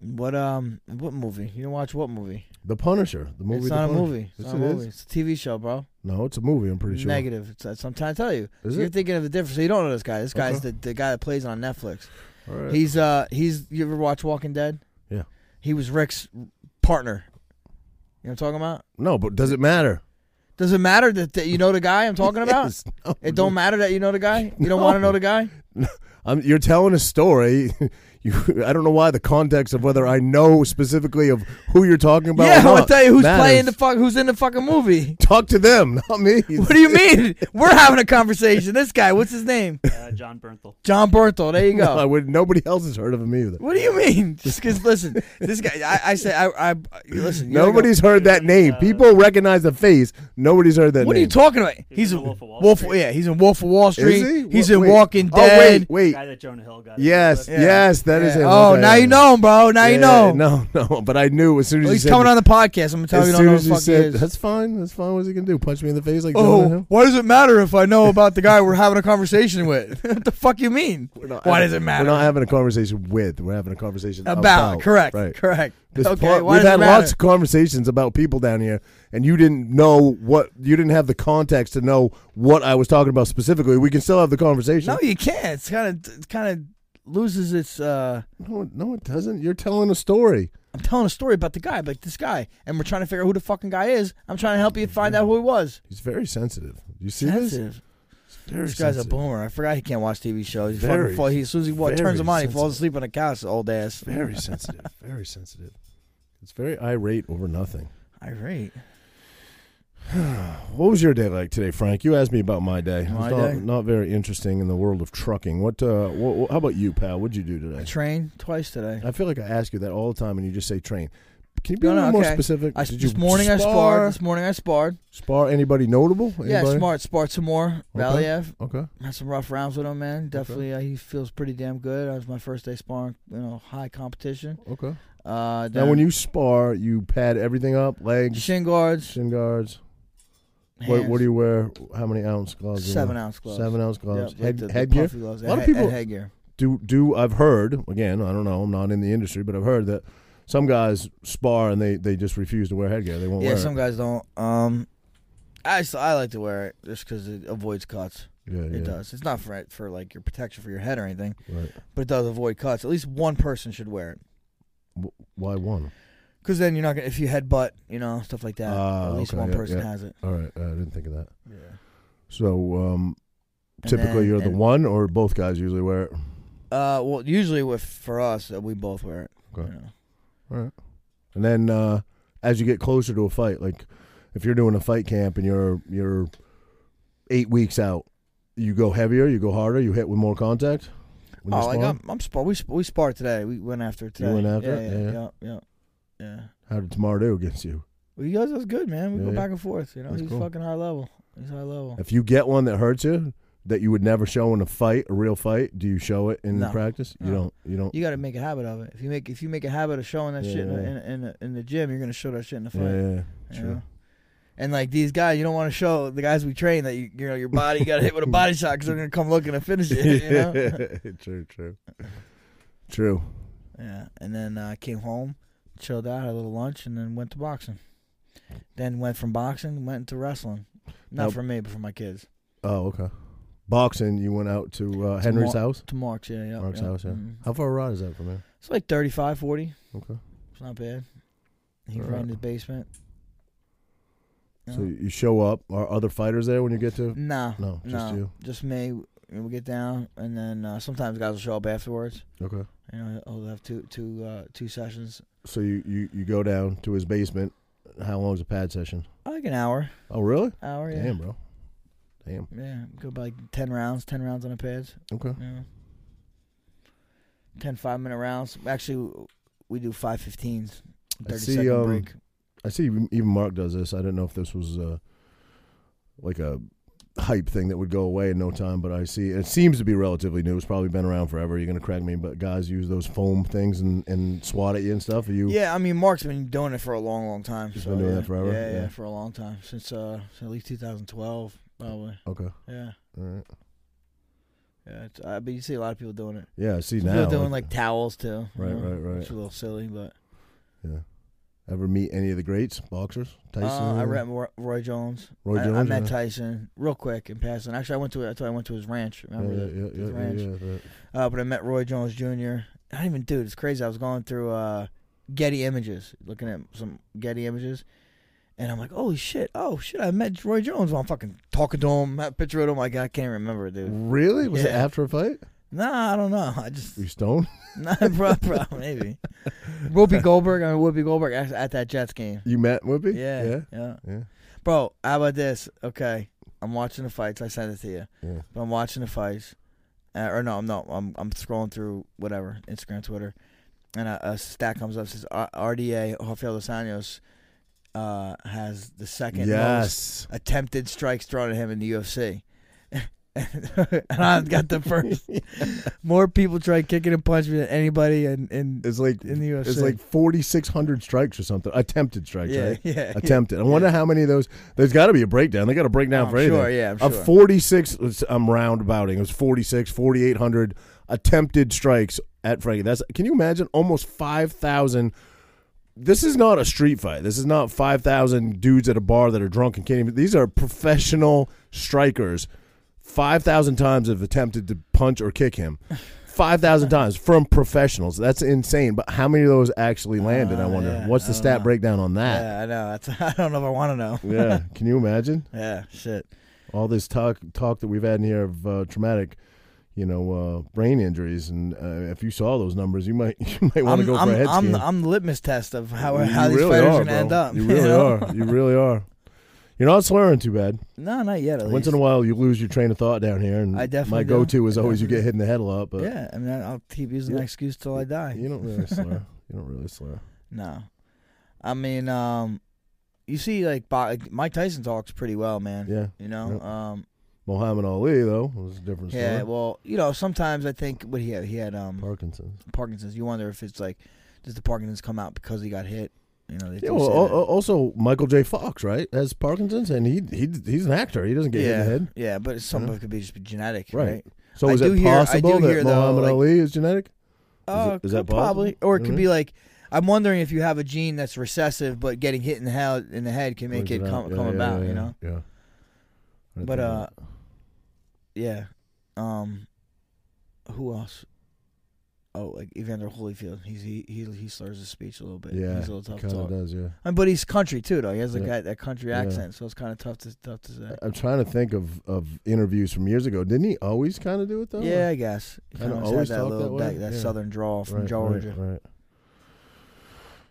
S2: What um? What movie? You didn't watch what movie?
S1: The Punisher. The movie.
S2: it's
S1: The
S2: not a
S1: Punisher.
S2: movie. It's
S1: Yes,
S2: not a
S1: it is.
S2: movie. It's a TV show, bro.
S1: No, it's a movie. I'm pretty sure.
S2: Negative. It's, it's, I'm trying to tell you.
S1: Is
S2: You're
S1: it?
S2: thinking of a different. So you don't know this guy. This guy's
S1: Okay.
S2: the, the guy that plays on Netflix.
S1: All right.
S2: He's uh he's you ever watch Walking Dead?
S1: Yeah.
S2: He was Rick's partner. You know what I'm talking about?
S1: no, but does it matter?
S2: Does it matter that, that you know the guy I'm talking about?
S1: Yes. Mm-hmm. No,
S2: It don't matter that you know the guy. You don't want to know the guy.
S1: I'm, you're telling a story. You, I don't know why the context of whether I know specifically of who you're talking about. or
S2: yeah, I'm gonna
S1: not
S2: tell you who's
S1: matters.
S2: playing the fuck. Who's in the fucking movie?
S1: Talk to them, not me.
S2: What do you mean? We're having a conversation. This guy, what's his name?
S4: Uh, John Bernthal.
S2: John Berthel. There you go.
S1: I would, nobody else has heard of him either.
S2: What do you mean? Just because, listen, this guy, I, I say, I, I listen. you gotta go-
S1: Nobody's heard that name. People recognize the face. Nobody's heard that
S2: What are
S1: name.
S2: you talking about?
S4: He's
S2: He's
S4: in
S2: a
S4: The Wolf of Wall
S2: Wolf.
S4: Street.
S2: Yeah, he's in Wolf of Wall Street.
S1: Is he?
S2: He's
S1: Wha-
S2: in
S1: wait.
S2: Walking
S1: Oh,
S2: Dead.
S1: wait,
S4: guy
S1: wait.
S4: that Jonah Hill got.
S1: Yes,
S2: Yeah.
S1: yes, that is.
S2: Yeah.
S1: a
S2: oh,
S1: Hawkeye
S2: now you
S1: anime.
S2: know him, bro. Now you
S1: Yeah,
S2: know. him.
S1: No, no. But I knew as soon as
S2: Well,
S1: he
S2: he's
S1: said
S2: coming on the podcast. I'm gonna tell
S1: as
S2: you.
S1: soon
S2: I Don't know who
S1: as
S2: the
S1: he
S2: fuck he
S1: said,
S2: is.
S1: "That's fine. That's fine." What's he gonna do? Punch me in the face like
S2: Oh,
S1: Jonah
S2: why does it matter if I know about the guy we're having a conversation with? what the fuck you mean?
S1: Hill? Not,
S2: Why does it matter?
S1: We're not having a conversation with. We're having a conversation
S2: about,
S1: about.
S2: correct,
S1: Right.
S2: correct.
S1: This
S2: okay,
S1: po-
S2: why
S1: we've
S2: does
S1: had
S2: it matter?
S1: lots of conversations about people down here, and you didn't know what you didn't have the context to know what I was talking about specifically. We can still have the conversation.
S2: No, you can't. It's kind of it kind of loses its. uh
S1: No, it- no, it doesn't. You're telling a story.
S2: I'm telling a story about the guy, like this guy, and we're trying to figure out who the fucking guy is. I'm trying to help you find out who he was.
S1: He's very sensitive. You see
S2: Sensitive.
S1: this? Very
S2: This guy's a
S1: sensitive.
S2: boomer. I forgot he can't watch TV shows. He
S1: Very,
S2: fucking fall, he, as soon as he wa-
S1: very
S2: turns him on, he
S1: sensitive.
S2: falls asleep on the couch. Old ass.
S1: Very sensitive. Very sensitive. It's very irate over nothing.
S2: Irate.
S1: What was your day like today, Frank? You asked me about my day. It was
S2: My
S1: not,
S2: day?
S1: not very interesting in the world of trucking. What, uh, what, what? How about you, pal? What'd you do
S2: I
S1: today?
S2: trained twice today.
S1: I feel like I ask you that all the time, and you just say train. Can you be
S2: No,
S1: a
S2: no,
S1: little more
S2: okay.
S1: specific?
S2: I,
S1: Did you
S2: this morning I
S1: spar?
S2: sparred. This morning I sparred.
S1: Spar anybody notable?
S2: Yeah,
S1: Anybody?
S2: smart. Sparred some more.
S1: Okay.
S2: Valiev.
S1: Okay.
S2: Had some rough rounds with him, man. Definitely, uh, he feels pretty damn good. That was my first day sparring, you know, high competition.
S1: Okay.
S2: Uh,
S1: Now, when you spar, you pad everything up, legs,
S2: shin guards,
S1: shin guards. What, what do you wear? How many ounce gloves? do you
S2: Seven
S1: wear?
S2: ounce gloves.
S1: Seven ounce
S2: Yep,
S1: gloves.
S2: like
S1: Head,
S2: the- the
S1: headgear.
S2: puffy gloves.
S1: A lot of
S2: He-
S1: people-
S2: headgear.
S1: do do I've heard again. I don't know. I'm not in the industry, but I've heard that some guys spar and they they just refuse to wear headgear. They won't
S2: Yeah,
S1: wear.
S2: some guys don't. Um, I s- I like to wear it just because it avoids cuts.
S1: it. Yeah,
S2: It
S1: yeah,
S2: does. It's not for for like your protection for your head or anything,
S1: Right.
S2: but it does avoid cuts. At least one person should wear it.
S1: Why one?
S2: Because then you're not gonna if you headbutt, you know, stuff like that.
S1: Ah,
S2: at least
S1: okay,
S2: one
S1: yeah,
S2: person
S1: yeah.
S2: has it.
S1: All right, I didn't think of that.
S2: Yeah.
S1: So um,
S2: And
S1: typically,
S2: then-
S1: you're the
S2: and-
S1: one, or both guys usually wear it.
S2: Uh, well, usually with for us, uh, we both wear it. you
S1: Okay.
S2: know.
S1: And then uh, as you get closer to a fight, like if you're doing a fight camp and you're you're eight weeks out, you go heavier, you go harder, you hit with more contact. when you
S2: Oh, like
S1: spar?
S2: I'm, I'm spar. We sp- we sparred today. We went after it
S1: You
S2: today.
S1: went after
S2: yeah,
S1: it?
S2: Yeah,
S1: Yeah,
S2: yeah, yeah. yeah.
S1: How did tomorrow do against you?
S2: Well, you guys, that's good, man. We
S1: Yeah,
S2: go
S1: yeah.
S2: back and forth. You know,
S1: That's
S2: he's
S1: cool.
S2: fucking high level. He's high level.
S1: If you get one that hurts you that you would never show in a fight, a real fight, do you show it in
S2: No.
S1: practice? You
S2: No.
S1: don't. You don't.
S2: You got to make a habit of it. If you make if you make a habit of showing that shit in, the,
S1: Yeah.
S2: in, in, the, in the gym, you're gonna show that shit in the fight.
S1: yeah, yeah,
S2: you
S1: true.
S2: know? And like these guys, you don't want to show the guys we train that you, you know your body you got to hit with a body shot because they're gonna come looking to finish it. You know?
S1: true, true, true.
S2: yeah. And then uh, I came home, chilled out, had a little lunch, and then went to boxing. Then went from boxing, went to wrestling. Not
S1: Now-
S2: for me, but for my kids.
S1: Oh, okay. Boxing. You went out to uh, Henry's house.
S2: To Mark's, yeah, yeah.
S1: Mark's
S2: yeah.
S1: house, yeah.
S2: Mhm.
S1: How far a ride is that from here?
S2: It's like 35, 40.
S1: Okay.
S2: It's not bad. He
S1: All
S2: ran
S1: right.
S2: in his basement. Uh,
S1: So
S2: Yeah.
S1: you show up. Are other fighters there when you get to?
S2: No,
S1: No, just you.
S2: Just me. And we get down, and then uh, sometimes guys will show up afterwards.
S1: Okay.
S2: You know, he'll have two, two, uh, two sessions.
S1: So you, you you go down to his basement. How long's a pad session?
S2: Like an hour,
S1: Oh, really?
S2: hour, yeah,
S1: Damn, bro. Damn.
S2: yeah. Go by like ten rounds, ten rounds on the pads.
S1: Okay.
S2: Yeah. 10 5 minute rounds. Actually, we do five 15s.
S1: I
S2: 30
S1: see,
S2: second
S1: um,
S2: break.
S1: I see. Even even Mark does this. I didn't know if this was uh, like a hype thing that would go away in no time, but I see it seems to be relatively new. It's probably been around forever. You're gonna crack me, but guys use those foam things and, and swat at you and stuff. Are you?
S2: Yeah, I mean, Mark's been doing it for a long, long time.
S1: He's
S2: so,
S1: been doing
S2: yeah.
S1: that forever?
S2: Yeah, yeah,
S1: Yeah.
S2: for a long time since uh, since at least 2012, probably.
S1: Okay. All
S2: Yeah,
S1: right.
S2: yeah. It's, uh, but you see a lot of people doing it.
S1: Yeah. I see
S2: Some
S1: now.
S2: people doing like mm, towels too. you
S1: right,
S2: know,
S1: right, right.
S2: It's a little silly, but
S1: Yeah. Ever meet any of the greats, boxers? Tyson.
S2: uh, I
S1: anything?
S2: met Roy- Roy Jones.
S1: Roy
S2: I-
S1: Jones.
S2: I, met
S1: yeah.
S2: Tyson real quick in passing. Actually, I went to I thought I went to his ranch.
S1: Yeah,
S2: Remember
S1: yeah,
S2: the-
S1: yeah,
S2: his
S1: yeah,
S2: ranch?
S1: yeah, yeah,
S2: Uh, but I met Roy Jones Jr. Not even, dude. It's crazy. I was going through uh, Getty Images, looking at some Getty Images, and I'm like, holy shit! Oh shit! I met Roy Jones. While I'm fucking talking to him, had a picture with him. Like I can't remember, dude.
S1: Really? Was it
S2: Yeah.
S1: after a fight?
S2: Nah, I don't know. I just
S1: Were you stoned?
S2: nah, bro, bro, maybe. Whoopi Goldberg. I mean, Whoopi Goldberg at, at that Jets game.
S1: You met Whoopi?
S2: Yeah, yeah,
S1: Yeah.
S2: Bro, how about this? Okay, I'm watching the fights. I sent it to you.
S1: Yeah.
S2: But I'm watching the fights, uh, or no, I'm not. I'm I'm scrolling through whatever Instagram, Twitter, and a, a stat comes up says R- RDA Rafael dos Anjos uh, has the second most
S1: Yes.
S2: attempted strikes thrown at him in the UFC. and and I got the first. More people tried kicking and punching me than anybody, and and
S1: It's like
S2: In the
S1: It's
S2: UFC.
S1: like forty six hundred strikes or something. Attempted strikes,
S2: Yeah,
S1: right?
S2: yeah. Oh,
S1: Attempted. I wonder how many of those. There's got to be a breakdown. They got to break down
S2: I'm
S1: for anything.
S2: sure, yeah, I'm
S1: a
S2: sure.
S1: forty six. I'm roundabouting. It was 46, 4,800 attempted strikes at Frankie. That's. Can you imagine? Almost five thousand. This is not a street fight. This is not five thousand dudes at a bar that are drunk and can't even. These are professional strikers. Five thousand times have attempted to punch or kick him. Five thousand times from professionals. That's insane. But how many of those actually landed? I wonder.
S2: Uh, yeah,
S1: What's the
S2: I don't
S1: stat
S2: know.
S1: breakdown on that?
S2: yeah, I know. That's, I don't know if I want to know.
S1: Yeah. Can you imagine
S2: Yeah, shit.
S1: all this talk talk that we've had in here of uh, traumatic, you know, uh, brain injuries? And uh, if you saw those numbers, you might you might want to
S2: I'm
S1: go
S2: I'm,
S1: for a head
S2: I'm,
S1: scan.
S2: the, I'm the litmus test of how
S1: You
S2: how these
S1: really
S2: fighters
S1: are,
S2: are gonna
S1: bro.
S2: end up.
S1: You really
S2: know?
S1: are. You really are. You're not slurring too bad.
S2: No, not yet. At
S1: Once in
S2: least.
S1: a while, you lose your train of thought down here, and
S2: I definitely
S1: my
S2: do.
S1: go-to is
S2: I
S1: always you
S2: definitely
S1: get hit in the head a lot. But
S2: yeah, I mean, I- I'll keep using
S1: Yeah.
S2: that excuse till I die.
S1: you don't really slur. You don't really slur.
S2: No, I mean, um, you see, like, bo- like Mike Tyson talks pretty well, man.
S1: Yeah.
S2: You know,
S1: Yep.
S2: um,
S1: Muhammad Ali though was a different story.
S2: yeah. Well, you know, sometimes I think what he had, he had um
S1: Parkinson's.
S2: Parkinson's. You wonder if it's like, does the Parkinson's come out because he got hit? You know, they
S1: Yeah,
S2: do
S1: well, oh,
S2: say
S1: al-
S2: that.
S1: al- also Michael J. Fox, right, has Parkinson's, and he he he's an actor. He doesn't get hit in
S2: yeah,
S1: the head.
S2: yeah, but some
S1: know?
S2: of it could be just be genetic,
S1: Right.
S2: right?
S1: So
S2: I
S1: is
S2: do
S1: it
S2: hear- I
S1: possible
S2: do
S1: that
S2: hear, though,
S1: Muhammad
S2: like-
S1: Ali is genetic?
S2: Oh,
S1: it- is that
S2: could probably,
S1: possible? Mm-hmm.
S2: or it
S1: You know
S2: could
S1: what I
S2: be like I'm wondering if you have a gene that's recessive, but getting hit in the head in the head can make
S1: Brings
S2: it
S1: out.
S2: come,
S1: Yeah,
S2: come
S1: yeah,
S2: about,
S1: yeah,
S2: you know.
S1: Yeah. I didn't
S2: But,
S1: think
S2: uh,
S1: of
S2: Yeah. Um, who else? Oh, like Evander Holyfield. He's he he, he slurs his speech a little bit.
S1: that. yeah,
S2: he's a little tough
S1: kind
S2: talk.
S1: of does. Yeah.
S2: And- But he's country too, though. He has like
S1: Yeah.
S2: that, that country
S1: Yeah.
S2: accent, so it's kind of tough to tough to say.
S1: I- I'm trying to think of, of interviews from years ago. Didn't he always kind of do it though?
S2: yeah, I guess. He
S1: Kinda
S2: kinda
S1: always
S2: always had that
S1: talk that
S2: little
S1: way?
S2: that, that
S1: Yeah.
S2: southern drawl from
S1: Right,
S2: Georgia.
S1: Right, right.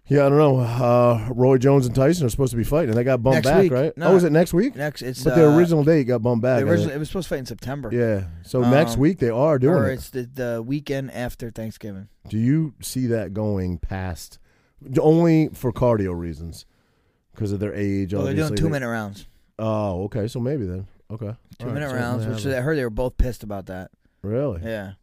S1: Yeah, I don't know. Uh, Roy Jones and Tyson are supposed to be fighting, and they got bumped
S2: Next
S1: back,
S2: week.
S1: right?
S2: No.
S1: Oh, is it next week?
S2: Next, it's
S1: but the
S2: uh,
S1: original date got bumped
S2: the
S1: back. I think.
S2: original- It was supposed to fight in September.
S1: Yeah. So next
S2: Um,
S1: week they are doing
S2: or
S1: it.
S2: it's the, the weekend after Thanksgiving.
S1: Do you see that going past only for cardio reasons because of their age?
S2: Well, Oh, they're
S1: obviously.
S2: doing two minute rounds,
S1: Oh, okay. So maybe then. Okay.
S2: two
S1: All right,
S2: minute
S1: so
S2: rounds,
S1: they
S2: which
S1: have
S2: I heard they were both pissed about that.
S1: a- really
S2: Yeah,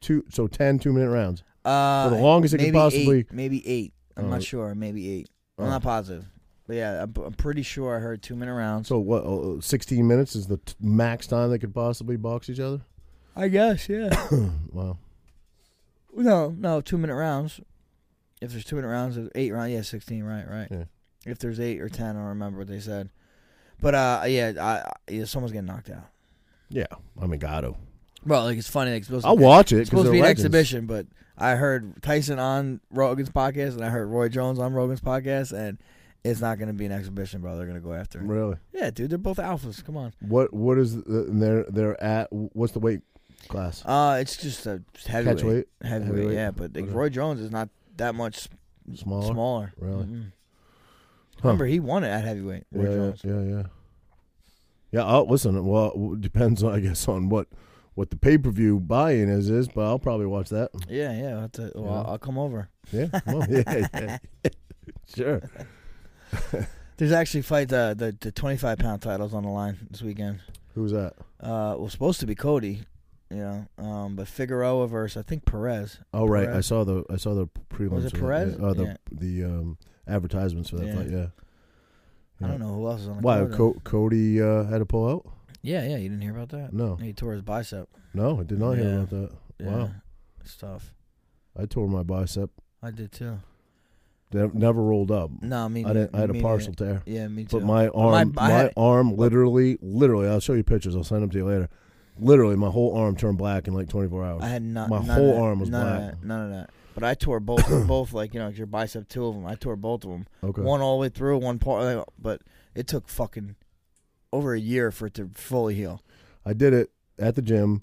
S1: two. So 10 two minute rounds.
S2: uh,
S1: the longest it could
S2: maybe
S1: possibly-
S2: eight, maybe eight. I'm
S1: Oh.
S2: not sure, maybe eight. I'm
S1: Oh.
S2: not positive, but yeah, I'm, I'm pretty sure I heard two minute rounds.
S1: So what? Uh, Sixteen minutes is the t- max time they could possibly box each other.
S2: I guess, yeah.
S1: Wow.
S2: no, no, two minute rounds. If there's two minute rounds, there's eight rounds. Yeah, sixteen. Right, right.
S1: Yeah.
S2: If there's eight or ten, I don't remember what they said. But uh, yeah, I, I- yeah, someone's getting knocked out.
S1: Yeah. I mean, gotta.
S2: Well, like it's funny. Like, it's supposed to
S1: I'll watch it.
S2: It's
S1: 'cause
S2: supposed to be
S1: they're
S2: an
S1: legends.
S2: exhibition, but I heard Tyson on Rogan's podcast, and I heard Roy Jones on Rogan's podcast, and it's not going to be an exhibition, bro. They're going to go after it.
S1: Really?
S2: Yeah, dude, they're both alphas. Come on.
S1: What? What is? The, and they're they're at. What's the weight class?
S2: Uh, it's just a just heavyweight.
S1: Catch weight.
S2: Heavyweight,
S1: heavyweight,
S2: yeah. But like,
S1: whatever.
S2: Roy Jones is not that much
S1: Smaller.
S2: smaller.
S1: Really?
S2: Mm-mm.
S1: Huh.
S2: Remember, he won it at heavyweight. Roy
S1: yeah,
S2: Jones.
S1: yeah, yeah. Yeah, I'll, listen. Well, it depends, I guess, on what what the pay per view buy in is is, but I'll probably watch that.
S2: Yeah, yeah. I'll, have to, well,
S1: Yeah.
S2: I'll- I'll come over.
S1: Yeah, come on. yeah, yeah. sure.
S2: There's actually fight the the, the 25 pound titles on the line this weekend.
S1: Who's that?
S2: Uh, well, supposed to be Cody, you know, um, but Figueroa versus I think Perez.
S1: Oh, right. I
S2: Perez.
S1: saw the I saw the prelims.
S2: Was it
S1: for that,
S2: Perez?
S1: Yeah. Oh, the
S2: Yeah.
S1: the um, advertisements for that
S2: Yeah.
S1: fight. Yeah.
S2: I don't know who else is on the
S1: Why
S2: card, though.
S1: Co- Cody uh, had to pull out?
S2: Yeah, yeah, you didn't hear about that.
S1: No,
S2: He tore his bicep.
S1: no, I did not hear
S2: Yeah.
S1: about that.
S2: Yeah.
S1: Wow,
S2: it's tough.
S1: I tore my bicep.
S2: I did too.
S1: Ne- Never rolled up.
S2: No, me.
S1: I didn't. I had a
S2: me
S1: partial tear.
S2: neither. Yeah, me too.
S1: But my arm,
S2: I
S1: my
S2: had-
S1: arm, literally, literally. I'll show you pictures. I'll send them to you later. Literally, my whole arm turned black in like 24 hours.
S2: I had not.
S1: my
S2: none
S1: whole
S2: of that,
S1: arm was
S2: none
S1: black.
S2: Of that, none of that. But I tore both, both like you know, your bicep, two of them. I tore both of them.
S1: okay.
S2: One all the way through, one part. like, But it took fucking over a year for it to fully heal.
S1: I did it at the gym.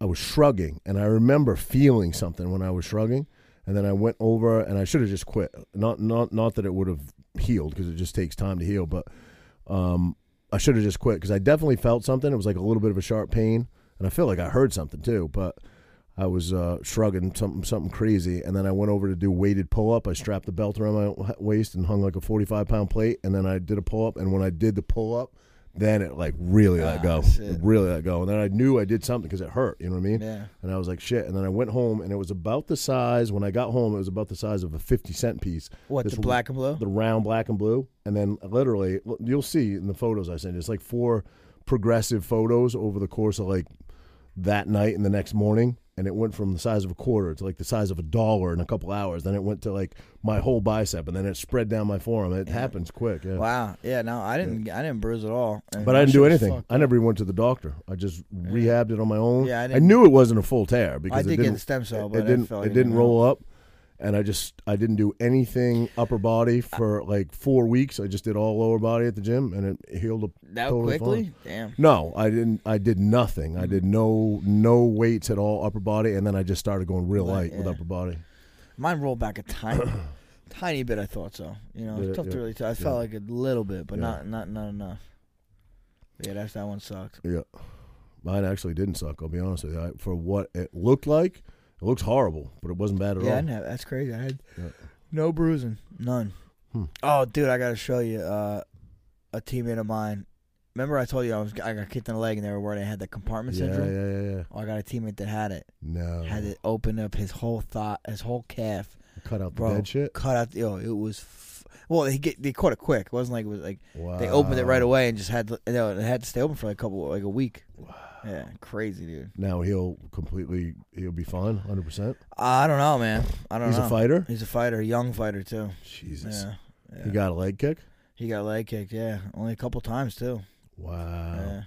S1: I was shrugging, and I remember feeling something when I was shrugging, and then I went over, and I should have just quit. Not, not, not that it would have healed because it just takes time to heal, but um, I should have just quit because I definitely felt something. It was like a little bit of a sharp pain, and I feel like I heard something too, but I was uh, shrugging something, something crazy, and then I went over to do weighted pull up. I strapped the belt around my waist and hung like a forty five pound plate, and then I did a pull up, and when I did the pull up, Then it like really let
S2: Ah,
S1: go,
S2: shit.
S1: It really let go, and then I knew I did something because it hurt. You know what I mean?
S2: Yeah.
S1: And I was like, shit. And then I went home, and it was about the size. When I got home, it was about the size of a fifty cent piece.
S2: What, the black and blue?
S1: The round black and blue. And then literally, l- you'll see in the photos I sent. you, It's like four progressive photos over the course of like that night and the next morning. And it went from the size of a quarter to like the size of a dollar in a couple hours. Then it went to like my whole bicep, and then it spread down my forearm. It happens quick. Yeah.
S2: Wow. Yeah. No, I didn't. I didn't bruise at all. And
S1: But I
S2: that
S1: didn't do
S2: shit was
S1: anything.
S2: fucked
S1: I
S2: up.
S1: never even went to the doctor. I just rehabbed it on my own.
S2: Yeah, I
S1: I,
S2: didn't-
S1: knew it wasn't a full tear because
S2: did
S1: it
S2: get
S1: didn't,
S2: the stem cell,
S1: It,
S2: but
S1: it
S2: I
S1: didn't.
S2: felt
S1: it
S2: it
S1: didn't
S2: didn't
S1: roll up, and I just I didn't do anything upper body for like four weeks. I just did all lower body at the gym, and it healed up
S2: that
S1: totally
S2: quickly. Hmm.
S1: fine.
S2: Damn.
S1: No, I didn't. I did nothing. I did no no weights at all upper body, and then I just started going real light with
S2: yeah.
S1: upper body.
S2: Mine rolled back a tiny, tiny bit. I thought so. You know,
S1: Yeah,
S2: it's tough
S1: yeah,
S2: to really tell. I felt like a little bit, but
S1: Yeah.
S2: not not not enough. Yeah, that's that one sucked.
S1: Yeah, mine actually didn't suck. I'll be honest with you. I, for what it looked like, it looks horrible, but it wasn't bad at
S2: Yeah, I
S1: all.
S2: didn't have, that's crazy. I had
S1: Yeah.
S2: no bruising, none.
S1: Hmm.
S2: Oh, dude, I gotta show you uh, a teammate of mine. Remember, I told you I was I got kicked in the leg, and they were worried I had the compartment
S1: yeah, Oh,
S2: syndrome.
S1: yeah, yeah, yeah.
S2: Oh, I got a teammate that had it.
S1: No.
S2: Had it open up his whole thought, his whole calf.
S1: Cut out the
S2: Bro,
S1: dead shit.
S2: cut out. Yo, it was. F- well, they get, they caught it quick. It wasn't like it was like
S1: Wow.
S2: they opened it right away and just had to, no, it had to stay open for like a couple like a week.
S1: Wow.
S2: Yeah, crazy dude.
S1: Now he'll completely he'll be fine, hundred percent.
S2: I don't know, man. I don't
S1: He's
S2: know.
S1: a fighter.
S2: He's a fighter, young fighter too.
S1: Jesus,
S2: Yeah, yeah.
S1: he got a leg kick.
S2: he got leg kicked. Yeah, only a couple times too.
S1: Wow.
S2: Yeah,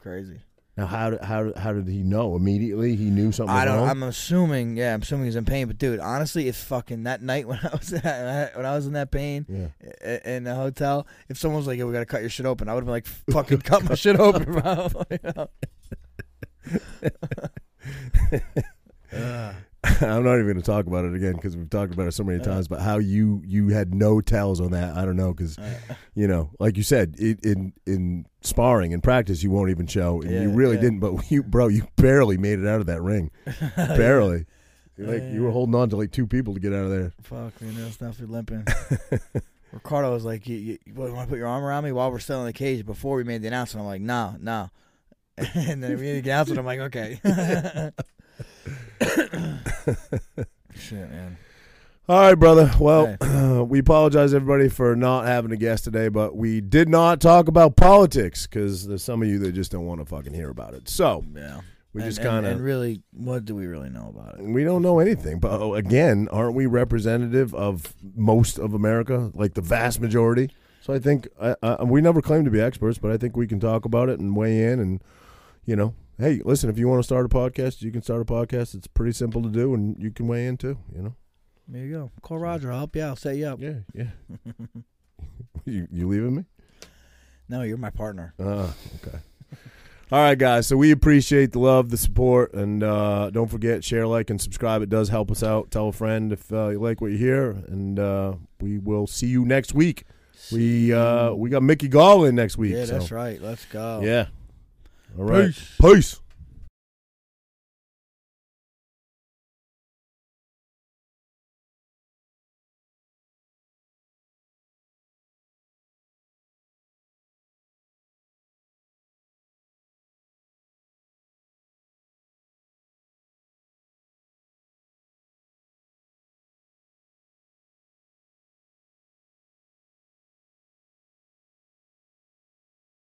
S2: crazy.
S1: Now how did how did- how did he know immediately? He knew something
S2: I don't.
S1: wrong.
S2: I'm assuming. Yeah, I'm assuming he's in pain. But dude, honestly, if fucking that night when I was when I was in that pain
S1: yeah.
S2: i- in the hotel, if someone was like, "Yo, we gotta cut your shit open," I would have been like, "Fucking cut my shit open, bro." You know?
S1: I'm not even going to talk about it again because we've talked about it so many times. But how you you had no tells on that? I don't know because you know, like you said, it, in in sparring and practice, you won't even show, and you
S2: Yeah,
S1: really
S2: yeah.
S1: didn't. But you, bro, you barely made it out of that ring. barely. You're Like you were holding on to like two people to get out of there.
S2: Fuck, man, that's not for limping. Ricardo was like, you, you, you want to put your arm around me while we're still in the cage before we made the announcement? I'm like, no, no. and then we made the announcement. I'm like, okay. Shit, man.
S1: All right, brother. Well,
S2: Hey.
S1: we apologize everybody for not having a guest today, but we did not talk about politics because there's some of you that just don't want to fucking hear about it. So
S2: Yeah.
S1: we
S2: And-
S1: just
S2: and-
S1: kind
S2: And
S1: of
S2: really, what do we really know about it?
S1: we don't know anything. But oh, again, aren't we representative of most of America, like the vast majority? So I think I, I, we never claim to be experts, but I think we can talk about it and weigh in. And you know, hey, listen, if you want to start a podcast, you can start a podcast. It's pretty simple to do, and you can weigh in too. You know.
S2: There you go. Call Roger. I'll help you out. I'll set you up.
S1: Yeah, yeah. you you leaving me?
S2: No, you're my partner.
S1: Uh, okay. All right, guys. So we appreciate the love, the support, and uh, don't forget share, like, and subscribe. It does help us out. Tell a friend if uh, you like what you hear, and uh, we will see you next week. We uh, we got Mickey Gall in next week.
S2: yeah,
S1: so.
S2: that's right. Let's go.
S1: Yeah. All right. Peace.